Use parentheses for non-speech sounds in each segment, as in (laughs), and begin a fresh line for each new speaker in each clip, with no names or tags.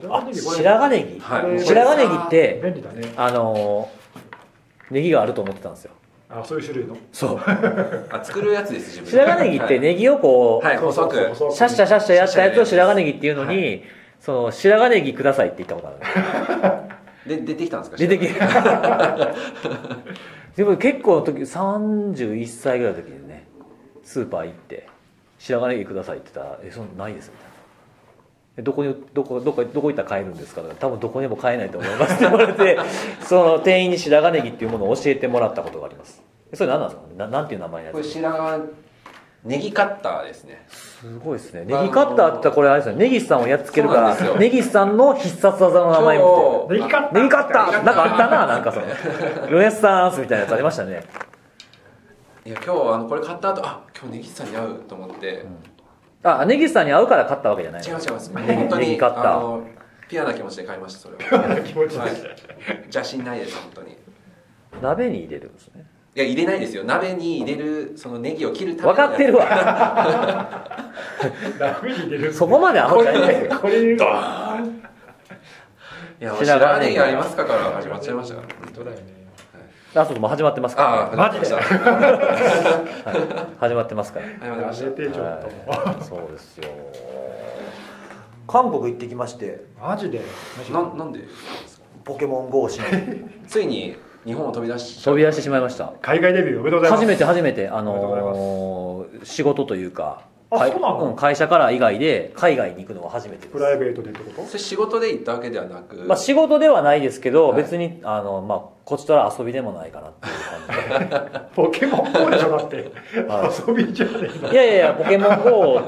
ネギこれ
白髪ネギ、
はい
これ
白髪ネギって
便利だね
あのネギがあると思ってたんですよ
あそういう種類の
そう
あ作るやつです自分で
白髪ネギってネギをこう、
はい細く
そうそうそう
シャッシャシャッシャやったやつを白髪ネギっていうのに、
は
その白髪ネギくださいって言ったことある
で出てきたんですか
出てきでも結構の時31歳ぐらいの時にねスーパー行って「白髪ネギください」って言ったら「えそんなないです」みたいなえ「どこにどこどこどこ行ったら買えるんですか?」とか「多分どこにも買えないと思います」って言われ
(laughs)
てその店員に白髪ネギっていうものを教えてもらったことがありますそれ何なんですかななんていう名前の
こ
や
れ
つですか
白髪ネギカッターですね
すごいですねネギカッターって言ったらこれあれですよねネギスさんをやっつけるか
そうなんです
ら
よ
ネギスさんの必殺技の名前みたいな
今日
ネギカッター
ネギカッターなんかあったななんかそのルネッサンスみたいなやつありましたね
いや今日あのこれ買った後あ今日ネギさんに合うと思って、
あネギスさんに合うから買ったわけじゃない
違う違います
ネギ
本当
ネギ
に
カッター
あのピュアな気持ちで買いましたそれは
気持ち
はい
で
邪心ないです本当にい
鍋に入れるんですね
や入れないですよ鍋に入れるそのネギを切るため
分かってる
わ
わ
ラフに入れる
そこまで甘
こ
くないです
れ
よ
これドーン
いや
白髪
白
ネ
髪ネ
ギ
ギありますかから始まっちゃいましたから本当
そうだ
に
よね
あそうそうもう始まってます
あ
か
あ
マジで
始まってました
ら、はい、始まってますから
始まってまし
やめてちょっと、
はいそうですよ韓国行ってきまして
マジで
たななんで
ポケモン GO をしに
ついに日本を飛び出し
飛び出してしまいました
海外デビューおめでとうございます
初めて初めてあ
おめでとう
のー仕事というか
あ
かい
そうなの
ん会社から以外で海外に行くのは初めてです
プライベートでってこと
それ仕事で行ったわけではなく、
まあ、仕事ではないですけど、
はい
別にあの、まあ、こっちとら遊びでもないかなっていう感じ
ポケモン GO でしょだって
は
遊びじゃねえの
(laughs)
でいやいやいやポケモン GO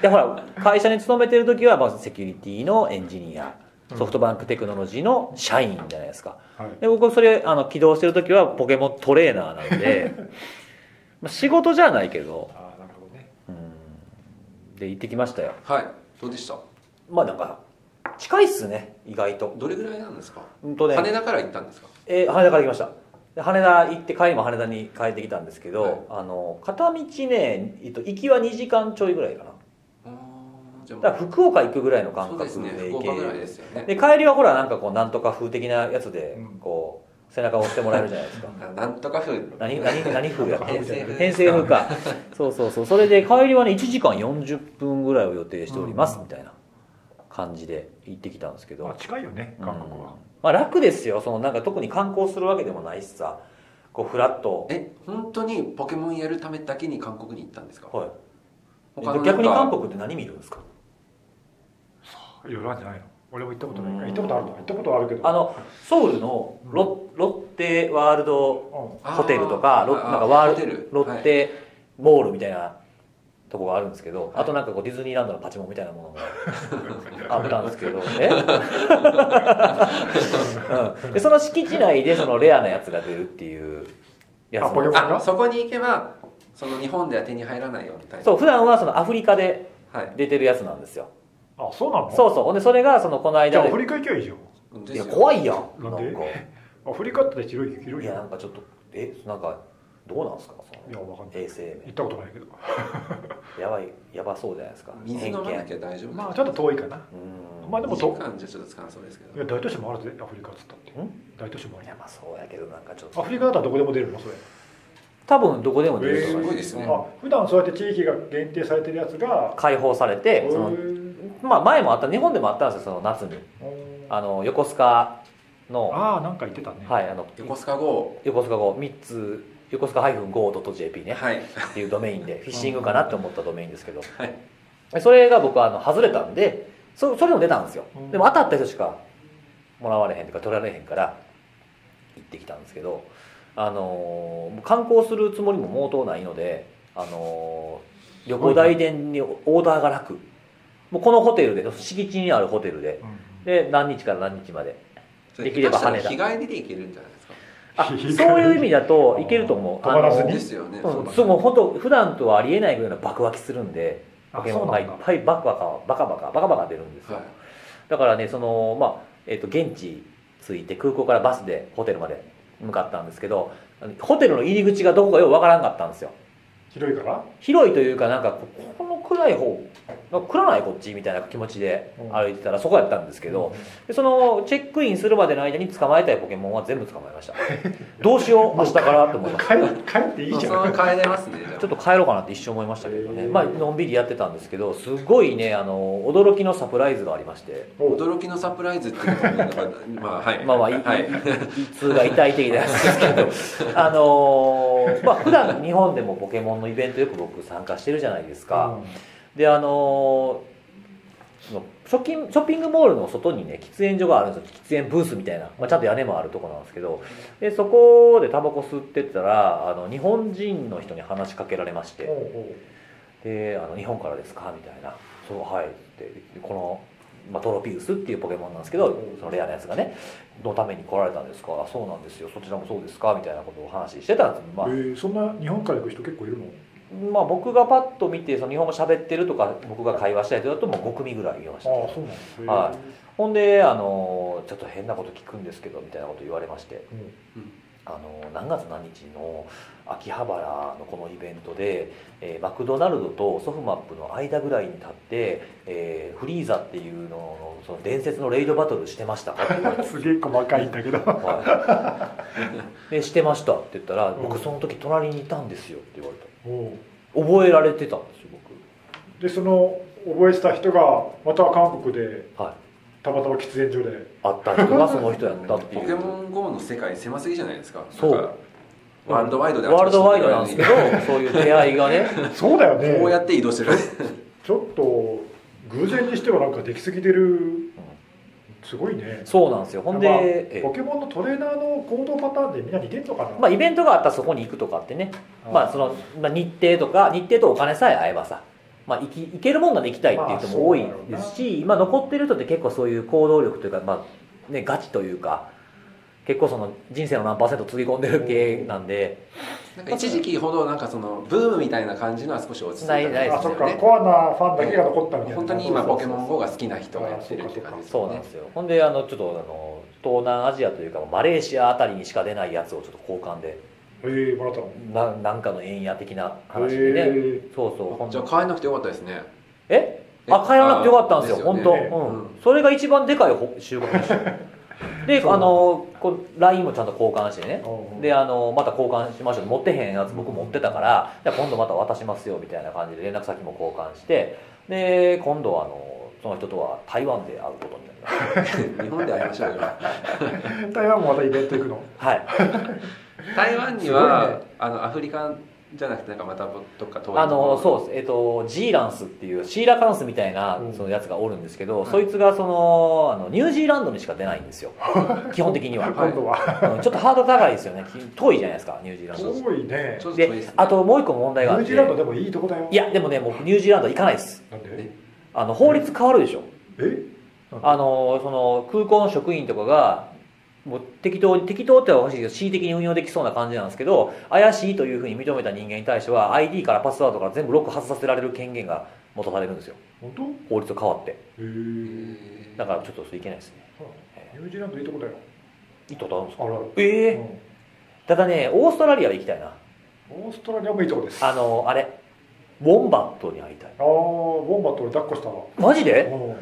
でほら会社に勤めてる時は、まあ、セキュリティのエンジニアソフトバンクテクノロジーの社員じゃないですか
はい
で僕それあの起動してる時はポケモントレーナーなん
(laughs)
でまあ仕事じゃないけど
ああなるほどね
うんで行ってきましたよ
はいどうでした
まあなんか近いっすね意外と
どれぐらいなんですか
うんとね
羽田から行ったんですか
えー羽田から来ましたで羽田行って帰りも羽田に帰ってきたんですけど、
はい
あの片道ね、えっと、行きは2時間ちょいぐらいかな
あーじゃあ
だから福岡行くぐらいの
そ
感
うで
覚
すね
で
福
行け
岡ぐらい
る
ですよね
で帰りはほらなんかこうなんとか風的なやつで
うん
こう背中を押してもらえるじゃない
(laughs)
ですか
なんとか風
何何何風やっ
(laughs) 偏西
け
風
偏西風かそうそうそうそれで帰りはね1時間40分ぐらいを予定しておりますみたいな感じで行ってきたんですけど、
まあ近いよね韓国
うん
は、
まあ、楽ですよそのなんか特に観光するわけでもないしさこうフラッと
え本当にポケモンやるためだけに韓国に行ったんですか
はい
他の
逆に
なん
韓
か
国って何見るんですか
いろいろあるんじゃないの俺も行ったことないか
う
ら
ん
行ったことあるの行ったことはあるけど
あのソウルのロ,、ロッテワールド
う
あー
ホテルとかロ
あー
なんかワ
ホ
ー
テ
ル
ル
ロッテモールみたいなとこがあるんですけど、あとなんかこうディズニーランドのパチモンみたいなものも
(laughs)
あったんですけどえ、 (laughs) うん、でその敷地内でそのレアなやつが出るっていうやつ
あポケ
も
モン
あそこに行けばその日本では手に入らないよみたいな
そう普段はそのアフリカで
はい
出てるやつなんですよ
んあそうなの
そうそうほんでそれがそのこの
じゃ
間
あア
で
フリカ行きゃいいじゃん
で
い
す
や
よ
怖いやん
なんで
か
アフリカって広い広
い
いじ
や
ゃん
なんかちょっとえなんかどうなんですか
い
そ
や
の
わかんない
衛生
行ったことないけど
面やばいやばそうじゃないですか
水飲まなき
偏
ゃ大丈夫
まあちょっと遠いかな
見うん
まあでも
2
と
時間じゃちょっとつかなそうですけ
い
ど
や大都市もあるぜアフリカっつったって
ん
大都市もある
や
よ
ばそうやけどなんかちょっ
ア
と
フリカだったらどこでも出るのそれ
多分どこでも出ると
す
思いま
ご
す
いですね
あ普段そうやって地域が限定されてるやつが
解放されてそのまあ前もあった日本でもあったんですよその夏にあの横須賀の
ああーなんか言ってたね
はいあの
横須賀号
横須賀号3つ横須賀 -go.jp ね
はい
っていうドメインでフィッシングかなって思ったドメインですけど、
はい
それが僕はあの外れたんでそそれも出たんですよ、
うん
でも当たった人しかもらわれへんとか取られへんから行ってきたんですけど、あのー観光するつもりも毛頭ないので、あのー旅行代理店にオーダーが楽もうこのホテルで敷地にあるホテルで
うん
で何日から何日まで
それ
できれば
下手したら
羽
日帰りで行けるんじゃないですか
あそういう意味だといけると思う
泊まらずに
あの
ですよ
う
ね
ん
そうだね
そうもう本当普段とはありえないぐらいの爆湧きするんで
あ
ポケモンがいっ
そうなんだ
ぱいバカバカバカバカバカバカ出るんですよ、
はい
だからねそのまあ、えっと現地着いて空港からバスでホテルまで向かったんですけどあのホテルの入り口がどこかよくわからんかったんですよ
広いから
広いというかなんかここの暗い方なんか食らないこっちみたいな気持ちで
うん
歩いてたらそこやったんですけど、でそのチェックインするまでの間に捕まえたいポケモンは全部捕まえましたどうしよう明日からって思いました
帰帰っていいじゃ
まあ
ん
その変えれますねじゃ
ちょっと帰ろうかなって一瞬思いましたけどね、
へー
まあのんびりやってたんですけどすごいねあの驚きのサプライズがありまして
あ驚きのサプライズっていうのもまあはい
(laughs) まあまあ、い
はい
い、痛が痛い的なやつですけどあのーまあ普段日本でもポケモンのイベントよく僕参加してるじゃないですか、であのーそのショッキンショッピングモールの外にね喫煙所があるんですよ喫煙ブースみたいな、まあ、ちゃんと屋根もあるとこなんですけどでそこでタバコ吸ってたらあの日本人の人に話しかけられましてであの日本からですかみたいな「そうはい」ってこの、まあ、トロピウスっていうポケモンなんですけどそのレアなやつがね「のために来られたんですかあそうなんですよそちらもそうですか」みたいなことをお話ししてたんです、まあ
えーそんな日本から行く人結構いるの
まあ、僕がパッと見てその日本語喋ってるとか僕が会話したりとかだともう5組ぐらいいましたね、
あそうなんですね
はいほんであの「ちょっと変なこと聞くんですけど」みたいなこと言われましてあの何月何日の秋葉原のこのイベントで、えーマクドナルドとソフマップの間ぐらいに立って、えーフリーザっていうののその伝説のレイドバトルしてましたかって言われて
すげえ細かいんだけど
はいでしてましたって言ったら
うん
僕その時隣にいたんですよって言われた
おう
覚えられてたんですよ
でその覚えてた人がまた韓国で
僕はい
たまたま喫煙所で
あった人がその人やったってい
ポ
う
ケモン GO の世界狭すぎじゃないですか
そう
なんかワールドワイドで
ワールドワイドなんですけどそういう出会いがね
そうだよね
こうやって移動
(laughs)
してる
ちょっと偶然にしてはなんかできすぎてるすごいね
そうなんですよほんで、
まあ
え
ポケモンのトレーナーの行動パターンでみんな似てんのかな、
まあ、イベントがあったらそこに行くとかってね、まあそのまあ、日程とか日程とお金さえ合えばさ、まあ、行き行けるもんなんで行きたいっていう人も多いですし、まあ、残ってる人って結構そういう行動力というか、まあね、ガチというか結構その人生の何パーセントつぎ込んでる系なんで、
なんか一時期ほどなんかそのブームみたいな感じのは少し落ち着いた
ないないで
あ
す
そっ
よ
か
ね
コアなファンだけが残ったみたいな
本当に今ポケモン
を
GO が好きな人がやってるって感じです
そうなんですよほんであのちょっとあの東南アジアというかマレーシアあたりにしか出ないやつをちょっと交換で
ええもらったの
ななんかの円や的な話でね、
え
そうそうほん
じゃあ変えなくてよかったで
(laughs)
すね
えあ帰らなくてよかったんですよ本当、
ね
うん
うん
それが一番でかいほ収穫でしたで
そう
あのこう LINE もちゃんと交換してね
えうん
であのまた交換しましょう持ってへんやつ僕持ってたから、じゃあ今度また渡しますよみたいな感じで連絡先も交換してで今度はあのその人とは台湾で会うことになりました
日本で会いましょうよ
台湾もまたイベント行くの
はい
台湾に
すごい
は
ね
あのアフリカじゃなくてなんかまたどっか遠い
あの
う
そうです、えっとジーランスっていうシーラカンスみたいな
うん
そのやつがおるんですけど、
はい
そいつがそのあのニュージーランドにしか出ないんですよ基本的には、
い
今度は
うんちょっとハードル高いですよねき遠いじゃないですかニュージーランド
多いね
ちょっと遠いで
です
ね
あともう一個問
ニ
題が
ュ
あっ
ー
て
ジーランドでもいいとこだよ
いやでもね僕ニュージーランド行かないです
なん
え
で
あの法律変わるでしょ
えなんで
あのその空港の職員とかがもう適当に適当って言ったらおかしいけど恣意的に運用できそうな感じなんですけど怪しいというふうに認めた人間に対しては ID からパスワードから全部ロック外させられる権限が持たされるんですよ
本当
法律が変わって
えー
だからちょっとそれいけないですね
ニュージーランドいいとこだよ
行ったことあるんですか
あらあ
え
る
えただねオーストラリアは行きたいな
うんオーストラリアもいいとこです
あ
あ
のあれウォンバットに会いたい
あーウォンバット俺抱っこしたわ
マジで
うん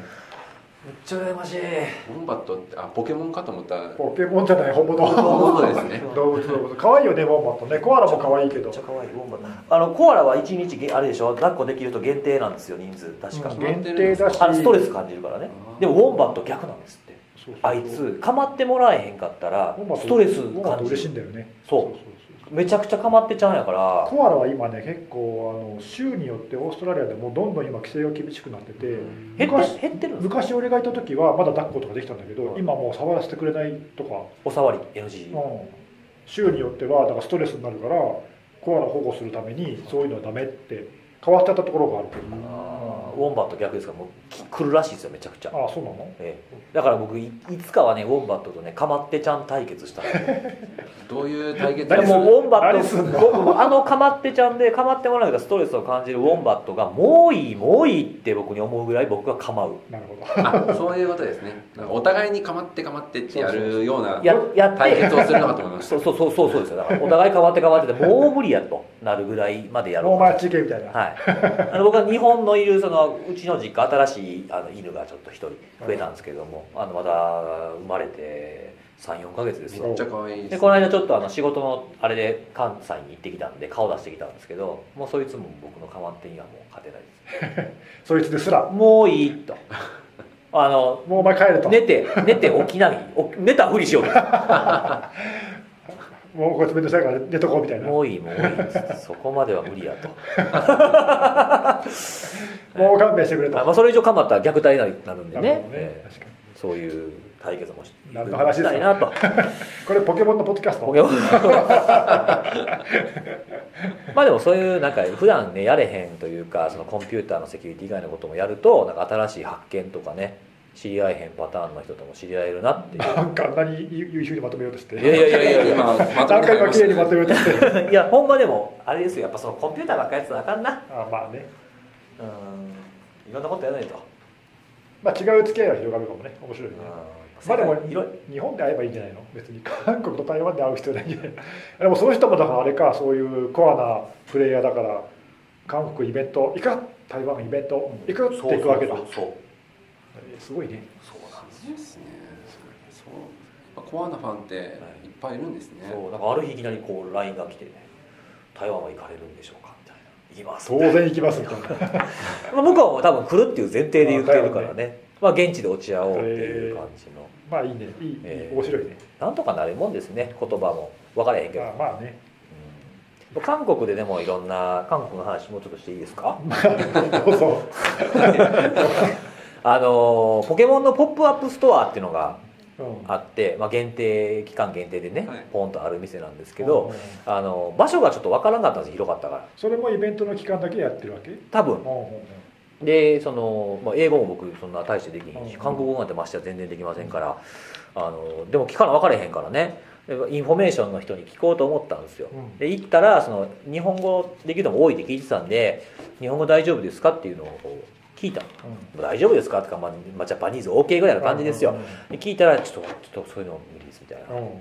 めっちゃ羨ましい
ウォンバットってあポケモンかと思ったら
ポケモンじゃない本
(laughs)
物
本物ですね
動物動物可愛いよねウォンバットねコアラも可愛いけど
めっちゃ可愛いウォンバットあのコアラは1日げあれでしょ抱っこできる人限定なんですよ人数確か、
うん
げ
限定だし
あのストレス感じるからねでもウォンバット逆なんですって
そうそうそう
あいつ構ってもらえへんかったら
ウォンバット
ストレス
ウォンバッ
感
ト
じ
嬉しい
る
んだよね
そ
そう
うめちゃくちゃ構ってちゃうんやから
コアラは今ね結構あの州によってオーストラリアでもどんどん今規制が厳しくなってて、
減っ
昔
て減ってるんですか
昔俺がいた時はまだ抱っことかできたんだけど、今もう触らせてくれないとか、
お触り NG
うん、州によってはだからストレスになるからコアラ保護するためにそういうのはダメって変わっちゃったところがあるけど、
あーウォンバット逆ですからもうき来るらしいですよめちゃくちゃ
ああそうなの
ええだから僕いいつかはねウォンバットとねかまってちゃん対決したい
どういう対決
で
何する
もウォンバ
何
ッ
す
ト
んの
僕もあのかまってちゃんでかまってもらうからストレスを感じるウォンバットがもういいもういいって僕に思うぐらい僕はかまう
なるほど
あそういうことですねなんかお互いにかまってかまってってやるような
ややっ
対
て
決を
(laughs)
するのかと思いました
そうそうそうそうそうですよだからお互いかまってかまっててもう無理やとなるぐらいまでやろ
ノ
う
ーマーチ系みたいな、
ははい、あの僕は日本のいるそのうちの実家新しいあの犬がちょっと一人増えたんですけども、あのまだ生まれて34ヶ月ですわ
お
っちゃ可愛いで
ですこの間ちょっとあの仕事のあれで関西に行ってきたんで顔出してきたんですけどもうそいつも僕の構ってにはもう勝てないです
そいつですら
もういいとあの
もうお前帰れと
寝て寝て起きない起き寝たふりしようと
もうこいつめんどくさいから寝とこうみたいなも
もういいもういいっつってそこまでは無理やと
う勘弁してくれと
あまあ、それ以上構ったら虐待になるんで
な
ね
るほど
ええ
確かに
そういう対決もし
何の話ですか
したいなと
これポケモンのポッドキャスト
ポケモン (laughs) まあでもそういうなんか普段ねやれへんというかそのコンピューターのセキュリティ以外のこともやるとなんか新しい発見とかね知り合えへんパターンの人とも知り合えるなっていう
なんかあんなに優秀にまとめようとして
いやいやいやいやい
今まと
何回
めてみ
か
ま
綺麗に
し
まとめようとして (laughs)
(laughs) やいやほんまでもあれですよやっぱそのコンピューターばっかりやつはあかんな
あまあね
うんいろんなことやらないと
まあ違う付き合いは広がるかもね面白いね
うん
まあでも
世界いろい
日本で会えばいいんじゃないの別に韓国と台湾で会う必要ないんじゃない (laughs) でもその人もだからあれかそういうコアなプレイヤーだから韓国イベント行く台湾イベント行くって行くわけだ
そうそうそう
すごいね
そうなんです
たですねそうやっぱコアなファンっていっぱいいるんですね、
そうなんかある日いきなりこう LINE が来てね「台湾は行かれるんでしょうか?」みたいな「行きます」
当然行きますみたいな
まあ、向こうも多分来るっていう前提で言ってるからね,、まあ、現地で落ち合おうっていう感じの、
(laughs) まあいいねいいいい
えー
面白いね
なんとかなるもんですね言葉も分からへんけど、
まあまあね
うん韓国ででもいろんな韓国の話もうちょっとしていいですか
どうぞ
あのポケモンのポップアップストアっていうのが
うん
あって、まあ、限定期間限定でね、
はい
ポンとある店なんですけ
う
ど、
ん
あの場所がちょっと分からんかったんです広かったから
それもイベントの期間だけやってるわけ
多分
う
でその、まあ、英語も僕そんな大してできひんし
うん
韓国語なんてましては全然できませんからあのでも聞かな分かれへんからねでインフォメーションの人に聞こうと思ったんですよ
うん
で行ったらその日本語できるのも多いって聞いてたんで「日本語大丈夫ですか?」っていうのをこう聞いたの
んうん
「大丈夫ですか?」とか、まあまあ、ジャパニーズ OK ぐらいの感じですよで聞いたら「ちょっとちょっとそういうの無理です」みたいな
うんうん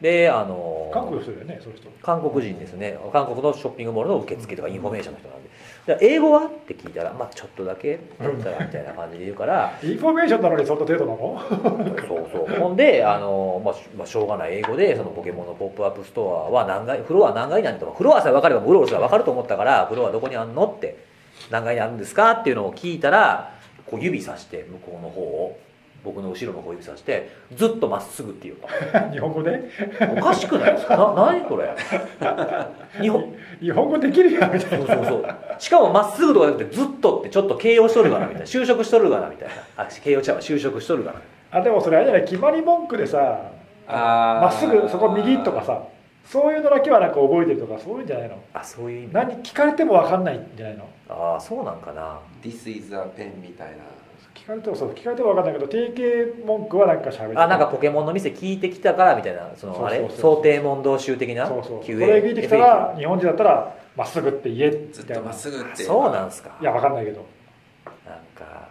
であの
韓国の人だよねその人
韓国人ですね韓国のショッピングモールの受付とかインフォメーションの人なんでだから英語はって聞いたら、まあ、ちょっとだけって言ったらみたいな感じで言うから
インフォメーションなのにそんな程度なの (laughs)
そうそうほんであの、まあしまあ、しょうがない英語でそのポケモンのポップアップストアは何階フロア何階なんとかフロアさえ分かればうろうろすら分かると思ったからフロアどこにあんのって何階にあるんですかっていうのを聞いたらこう指さして向こうの方を僕の後ろの方を指さしてずっとまっすぐっていうか
日本語で
おかしくないですかな何これ日本
日本語できるやんみたい
そうそうそうしかもまっすぐとかじゃなくてずっとってちょっと形容しとるが
(laughs)
なみたいな就職しとるがなみたいなあ形容ちゃうわ就職しとるがな
なあでもそれあれじゃない決まり文句でさ
あー
まっすぐそこ右とかさそういうのだけはなんか覚えてるとかそういうんじゃないの
あそういう意味
何聞かれても分かんないんじゃないの
ああそうなんかな
This is a pen みたいな
聞かれてもそう聞かれても分かんないけど定型文句はなんか喋ってる
あなんかポケモンの店聞いてきたからみたいなそのあ
そう
れ
そうそう
想定問答集的な
そうそうこ
QA
れ聞いてきた
FAQ
ら日本人だったらまっすぐって言えみ
ずったと
い
ま
な
っすぐって
そうなんすか
いや分かんないけど
なんか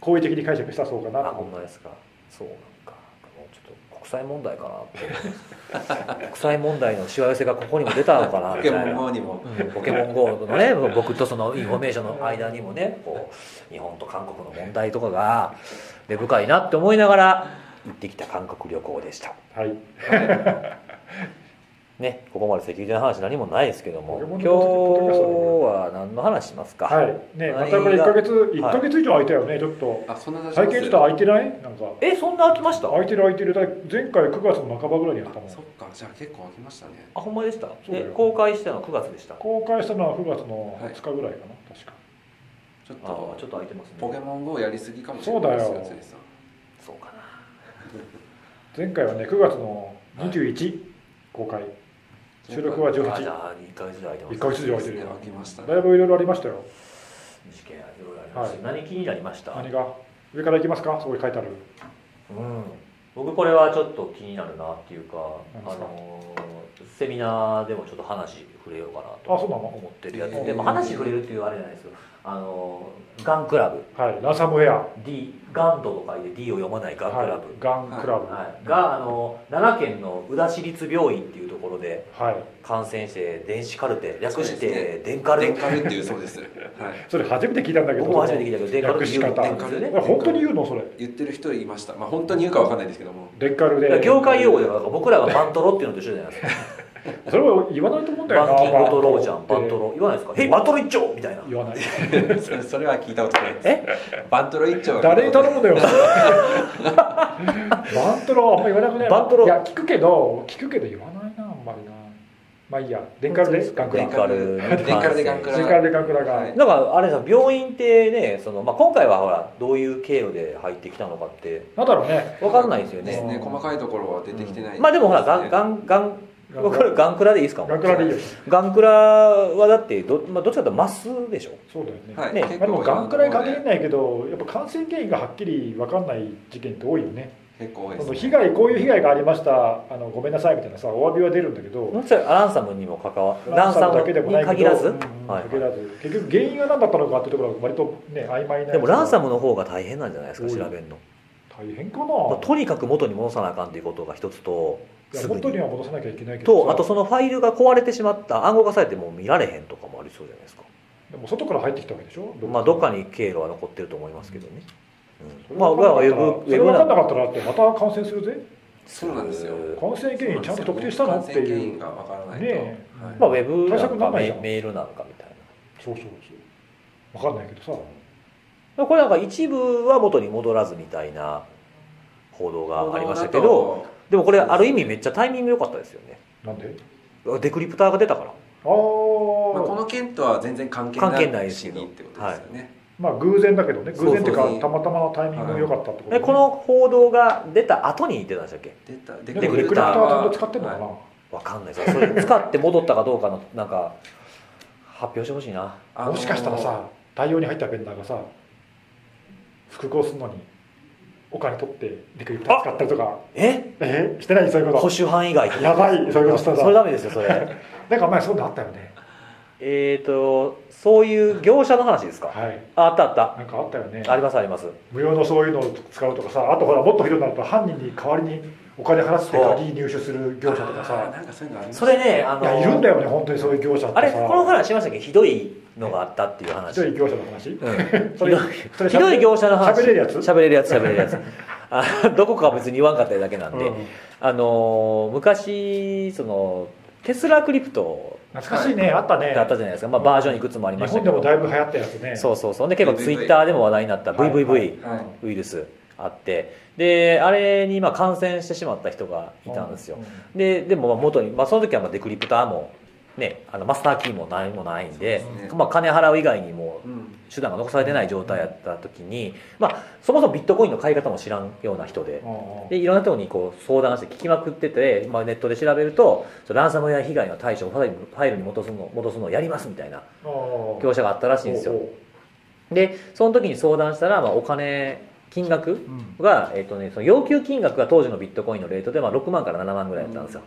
好意的に解釈したらそうかな
あ
と
ほ
思
ん
う
まですかそうなんかもうちょっと国際問題かなって
(laughs)
国際問題のしわ寄せがここにも出たのかな
ポ
みた
ケ
いな
モン GO にも
うんポケモン GO のね僕とそのインフォメーションの間にもねこう日本と韓国の問題とかが根深いなって思いながら行ってきた韓国旅行でした
はい
ねここまでセキュリティの話何もないですけども
ポケモ
今
ン
日
のポケモ
は何の話しますか、
はいねま
何
たこれ1
が
ヶ月1ヶ月以上空いたよねちょっと
あそんな出しま
最
す
近ちょっと空いてないなんか
えそんな飽きました
空いてる空いてるだい前回9月の半ばぐらいにやったもん
そっかじゃあ結構空きましたね
あほんまでした
うだよ
え公開したの9月でしたあ
公開したのは9月の20日ぐらいかな、確か
ちょっ
あー
と
ちょっと空いてますね
ポケモン GO やりすぎかもしれないです
そうだよ
辻さん
そうかな
前回はね9月の21、公開収録は
あじ
18
ゃあ1ヶ月で空いてます
一ヶ月以上空いて
で
る
すね
よ
空きました
だい
ね
ぶいろいろありましたよ
事件いろいろありました、何気になりました
何が上から行きますかそこに書いてある
うん、僕これはちょっと気になるなっていうか
何で
あ
すか
のーセミナーでもちょっと話触れようかなと
あそうなの
思ってるやつ
え
で、
ー
まあ、話触れるっていうあれじゃないですけどあのガンクラブ
はい、ランサムウェア
D ガンドとかいて D を読まないガンクラ
はい
ブ、
ガンクラブは
はい、があの奈良県の宇田市立病院っていうところで
い、
感染して電子カルテ略し
そうです
て電カル
電カルっていうそうです。はい。
それ初めて聞いたんだけど
僕も初めて聞いたけど電カルって言う
略し
電カルって
え
ね
本当に言うのそれ
言ってる人いました。まあ本当に言うかわかんないですけども。 (laughs)
レッカル
だから
で
業界用語では僕らがバントロっていうのと一緒じゃないですか
それは言わないと思うんだよな
バンキングトローじゃん
バ
バ
ン
ン
ト
ト
ロ
ロ言わないですか「へいバントロ一丁!」みたいな
言わない
それそれは聞いたことないです。
え
バントロ一丁は
誰に頼むのよ (laughs) バントロあんま言わなくない
バントロ
いや聞くけど聞くけど言わないなあんまりなまあいいや電カルでガンクラ
電
ブ
カル
電カル
電カルでガンクラ
電カルでガンクラが、
はい
だからあれさ病院ってねその、まあ、今回はほらどういう経路で入ってきたのかって
なんだろうね
分かんないですよ
で
ね
すね。細かいところは出てきてない、
まあでもほらガンガンガン
ガン
これガンクラでいいですか
ガンクラでいいよ
ガンクラはだってど,、まあ、どっちかというとマスでしょ
そうだよね、
はい、
ね
まあ、でもガンクラに限
結
らないけどやっぱ感染原因がはっきり分かんない事件って多いよね
構多いで
そ
す
の
ね。
被害こういう被害がありましたあのごめんなさいみたいなさお詫びは出るんだけど、
もちろんランサムにも関わランサムに限らず、はい
限らず結局原因が何だったのかっていうところは割とね曖昧な
でもランサ
ム
ムの方が大変なんじゃないですか
多い
調べるの、
大変かな、
まあとにかく元に戻さなあかんということが一つと
いや
すぐに
元には戻さなきゃいけないけど
と
さ
あとそのファイルが壊れてしまった暗号化されてもう見られへんとかもありそうじゃないですか
でも外から入ってきたわけでしょ
まあどっかに経路は残ってると思いますけどね、
そ
うん
れ
まあ
が
僕らはウ
分
ェ
かんなかったら
ブウ
それ
ェ
が分かんなかったら
ブなんで
ってまた感染するぜ
そうなんですよ
感染原因ちゃんと特定したの
感
って
染
い
原
う
因がわからないと、
ねえ
はい
まあウェブな
対策
の
にな
か
ない
らメ
じゃん
メールなのかみたいな
そうそうそう分かんないけどさ
まあこれなんか一部は元に戻らずみたいな報道がありましたけ
報
ど
道だと
でもこれある意味めっちゃタイミング良かったですよね
なんで
デクリプターが出たから
ああ、
まあ、この件とは全然関係
関係
な
ない
い
です
死
けど
にってことですよね、
まあ偶然だけどね偶然っていうか
そうそう
たまたまのタイミングが良かったってことね
えこの報道が出た後に出たんでしたっけ
出た
でも
デク
レ
リ
クリ
プ
プタ
ター
ーちゃん
は
と使ってんのかな、
はい
わかんないですそれ使って戻ったかどうかのなんか発表してほしいな
あのー
もしかしたらさ対応に入ったベンダーがさ複合するのにお金取ってリクリプター使ったりとか
え
えしてないそういう
保
こ
守派以外
とやばいそういうことした
そ
ら
れダメですよそれ
なんか前そういうのあったよね
えっとそういう業者の話ですか
はい
ああったあっ
なんかあったよね
たありますあります
無料のそういうのを使うとかさあとほらもっとひどくなると犯人に代わりにお金払って
そう
鍵入手する業者とか
あー
さ
なんかそういうのありま
それねあ
いやいるん
の
だよね本当にそういう業者ってさ
あれこの話しましたっけひどいのがあったっていう
ひ
話
どい業者の話
うん
それそれ
ひどい業者の話
喋れるやつ
喋れるやつ喋れるやつあどこかは別に言わんかっただけなんで、
うん
あのー昔そのテスラクリプト
懐かしいねあったね
だったじゃないですか、まあ、バージョンいくつもあり
日
ました
本
け
でも
ど
だいぶ流行ったやつね
そうそうそうで結構ツイッターでも話題になった
はい
VVV
すはい
ウイルスあってであれに今感染してしまった人がいたんですよ
う
ででもまあ元に、まあ、その時はまあデクリプターも、ね、あのマスターキーも何もないんで
そうですね
まあ、金払う以外にも
うん
手段が残されてない状態やった時に、まあ、そもそもビットコインの買い方も知らんような人で
うんうん
でいろんなところにこう相談して聞きまくってて、まあ、ネットで調べるとそのランサムウェア被害の対処をファイルファイルに戻すの戻すのをやりますみたいな業者があったらしいんですよでその時に相談したら、まあ、お金金額が、えっとね、その要求金額が当時のビットコインのレートで、まあ、6万から7万ぐらいだったんですよ、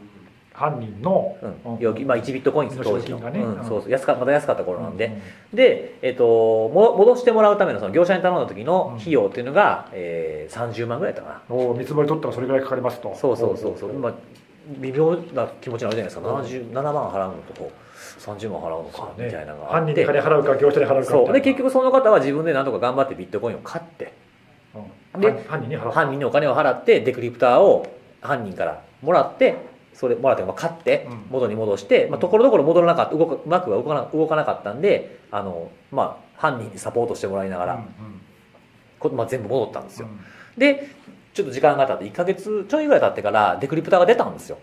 犯人の
うん
うん
要求まあ、1ビットコインです当時の、
商品がね
うん、そう
う
そう安かまだ安かった頃なんで、
うん
で、えっとも戻してもらうためのその業者に頼んだ時の
うん
費用っていうのが、えー30万ぐらいだったか
おお見積もり取ったらそれぐらいかかりますと
なそうそうそうそう、
ん
まあ、微妙な気持ちになるじゃないですか
うん
77万払うのと30万払うのかみたいなのがあ
犯
っ
人に
て
金払うか業者に払うかみたいな
そうで結局その方は自分で何とか頑張ってビットコインを買って
うん
で
犯犯人に払う
犯人にお金を払ってデクリプターを犯人からもらってそれもらってまあ買って
うん
元に戻して、まあ、ところどころ戻らなかった動くうまくは動かな動かなかったんであの、まあ、犯人にサポートしてもらいながら、
うん
こまあ、全部戻ったんですよ、
うん
でちょっと時間が経って1ヶ月ちょいぐらい経ってからデクリプターが出たんですよ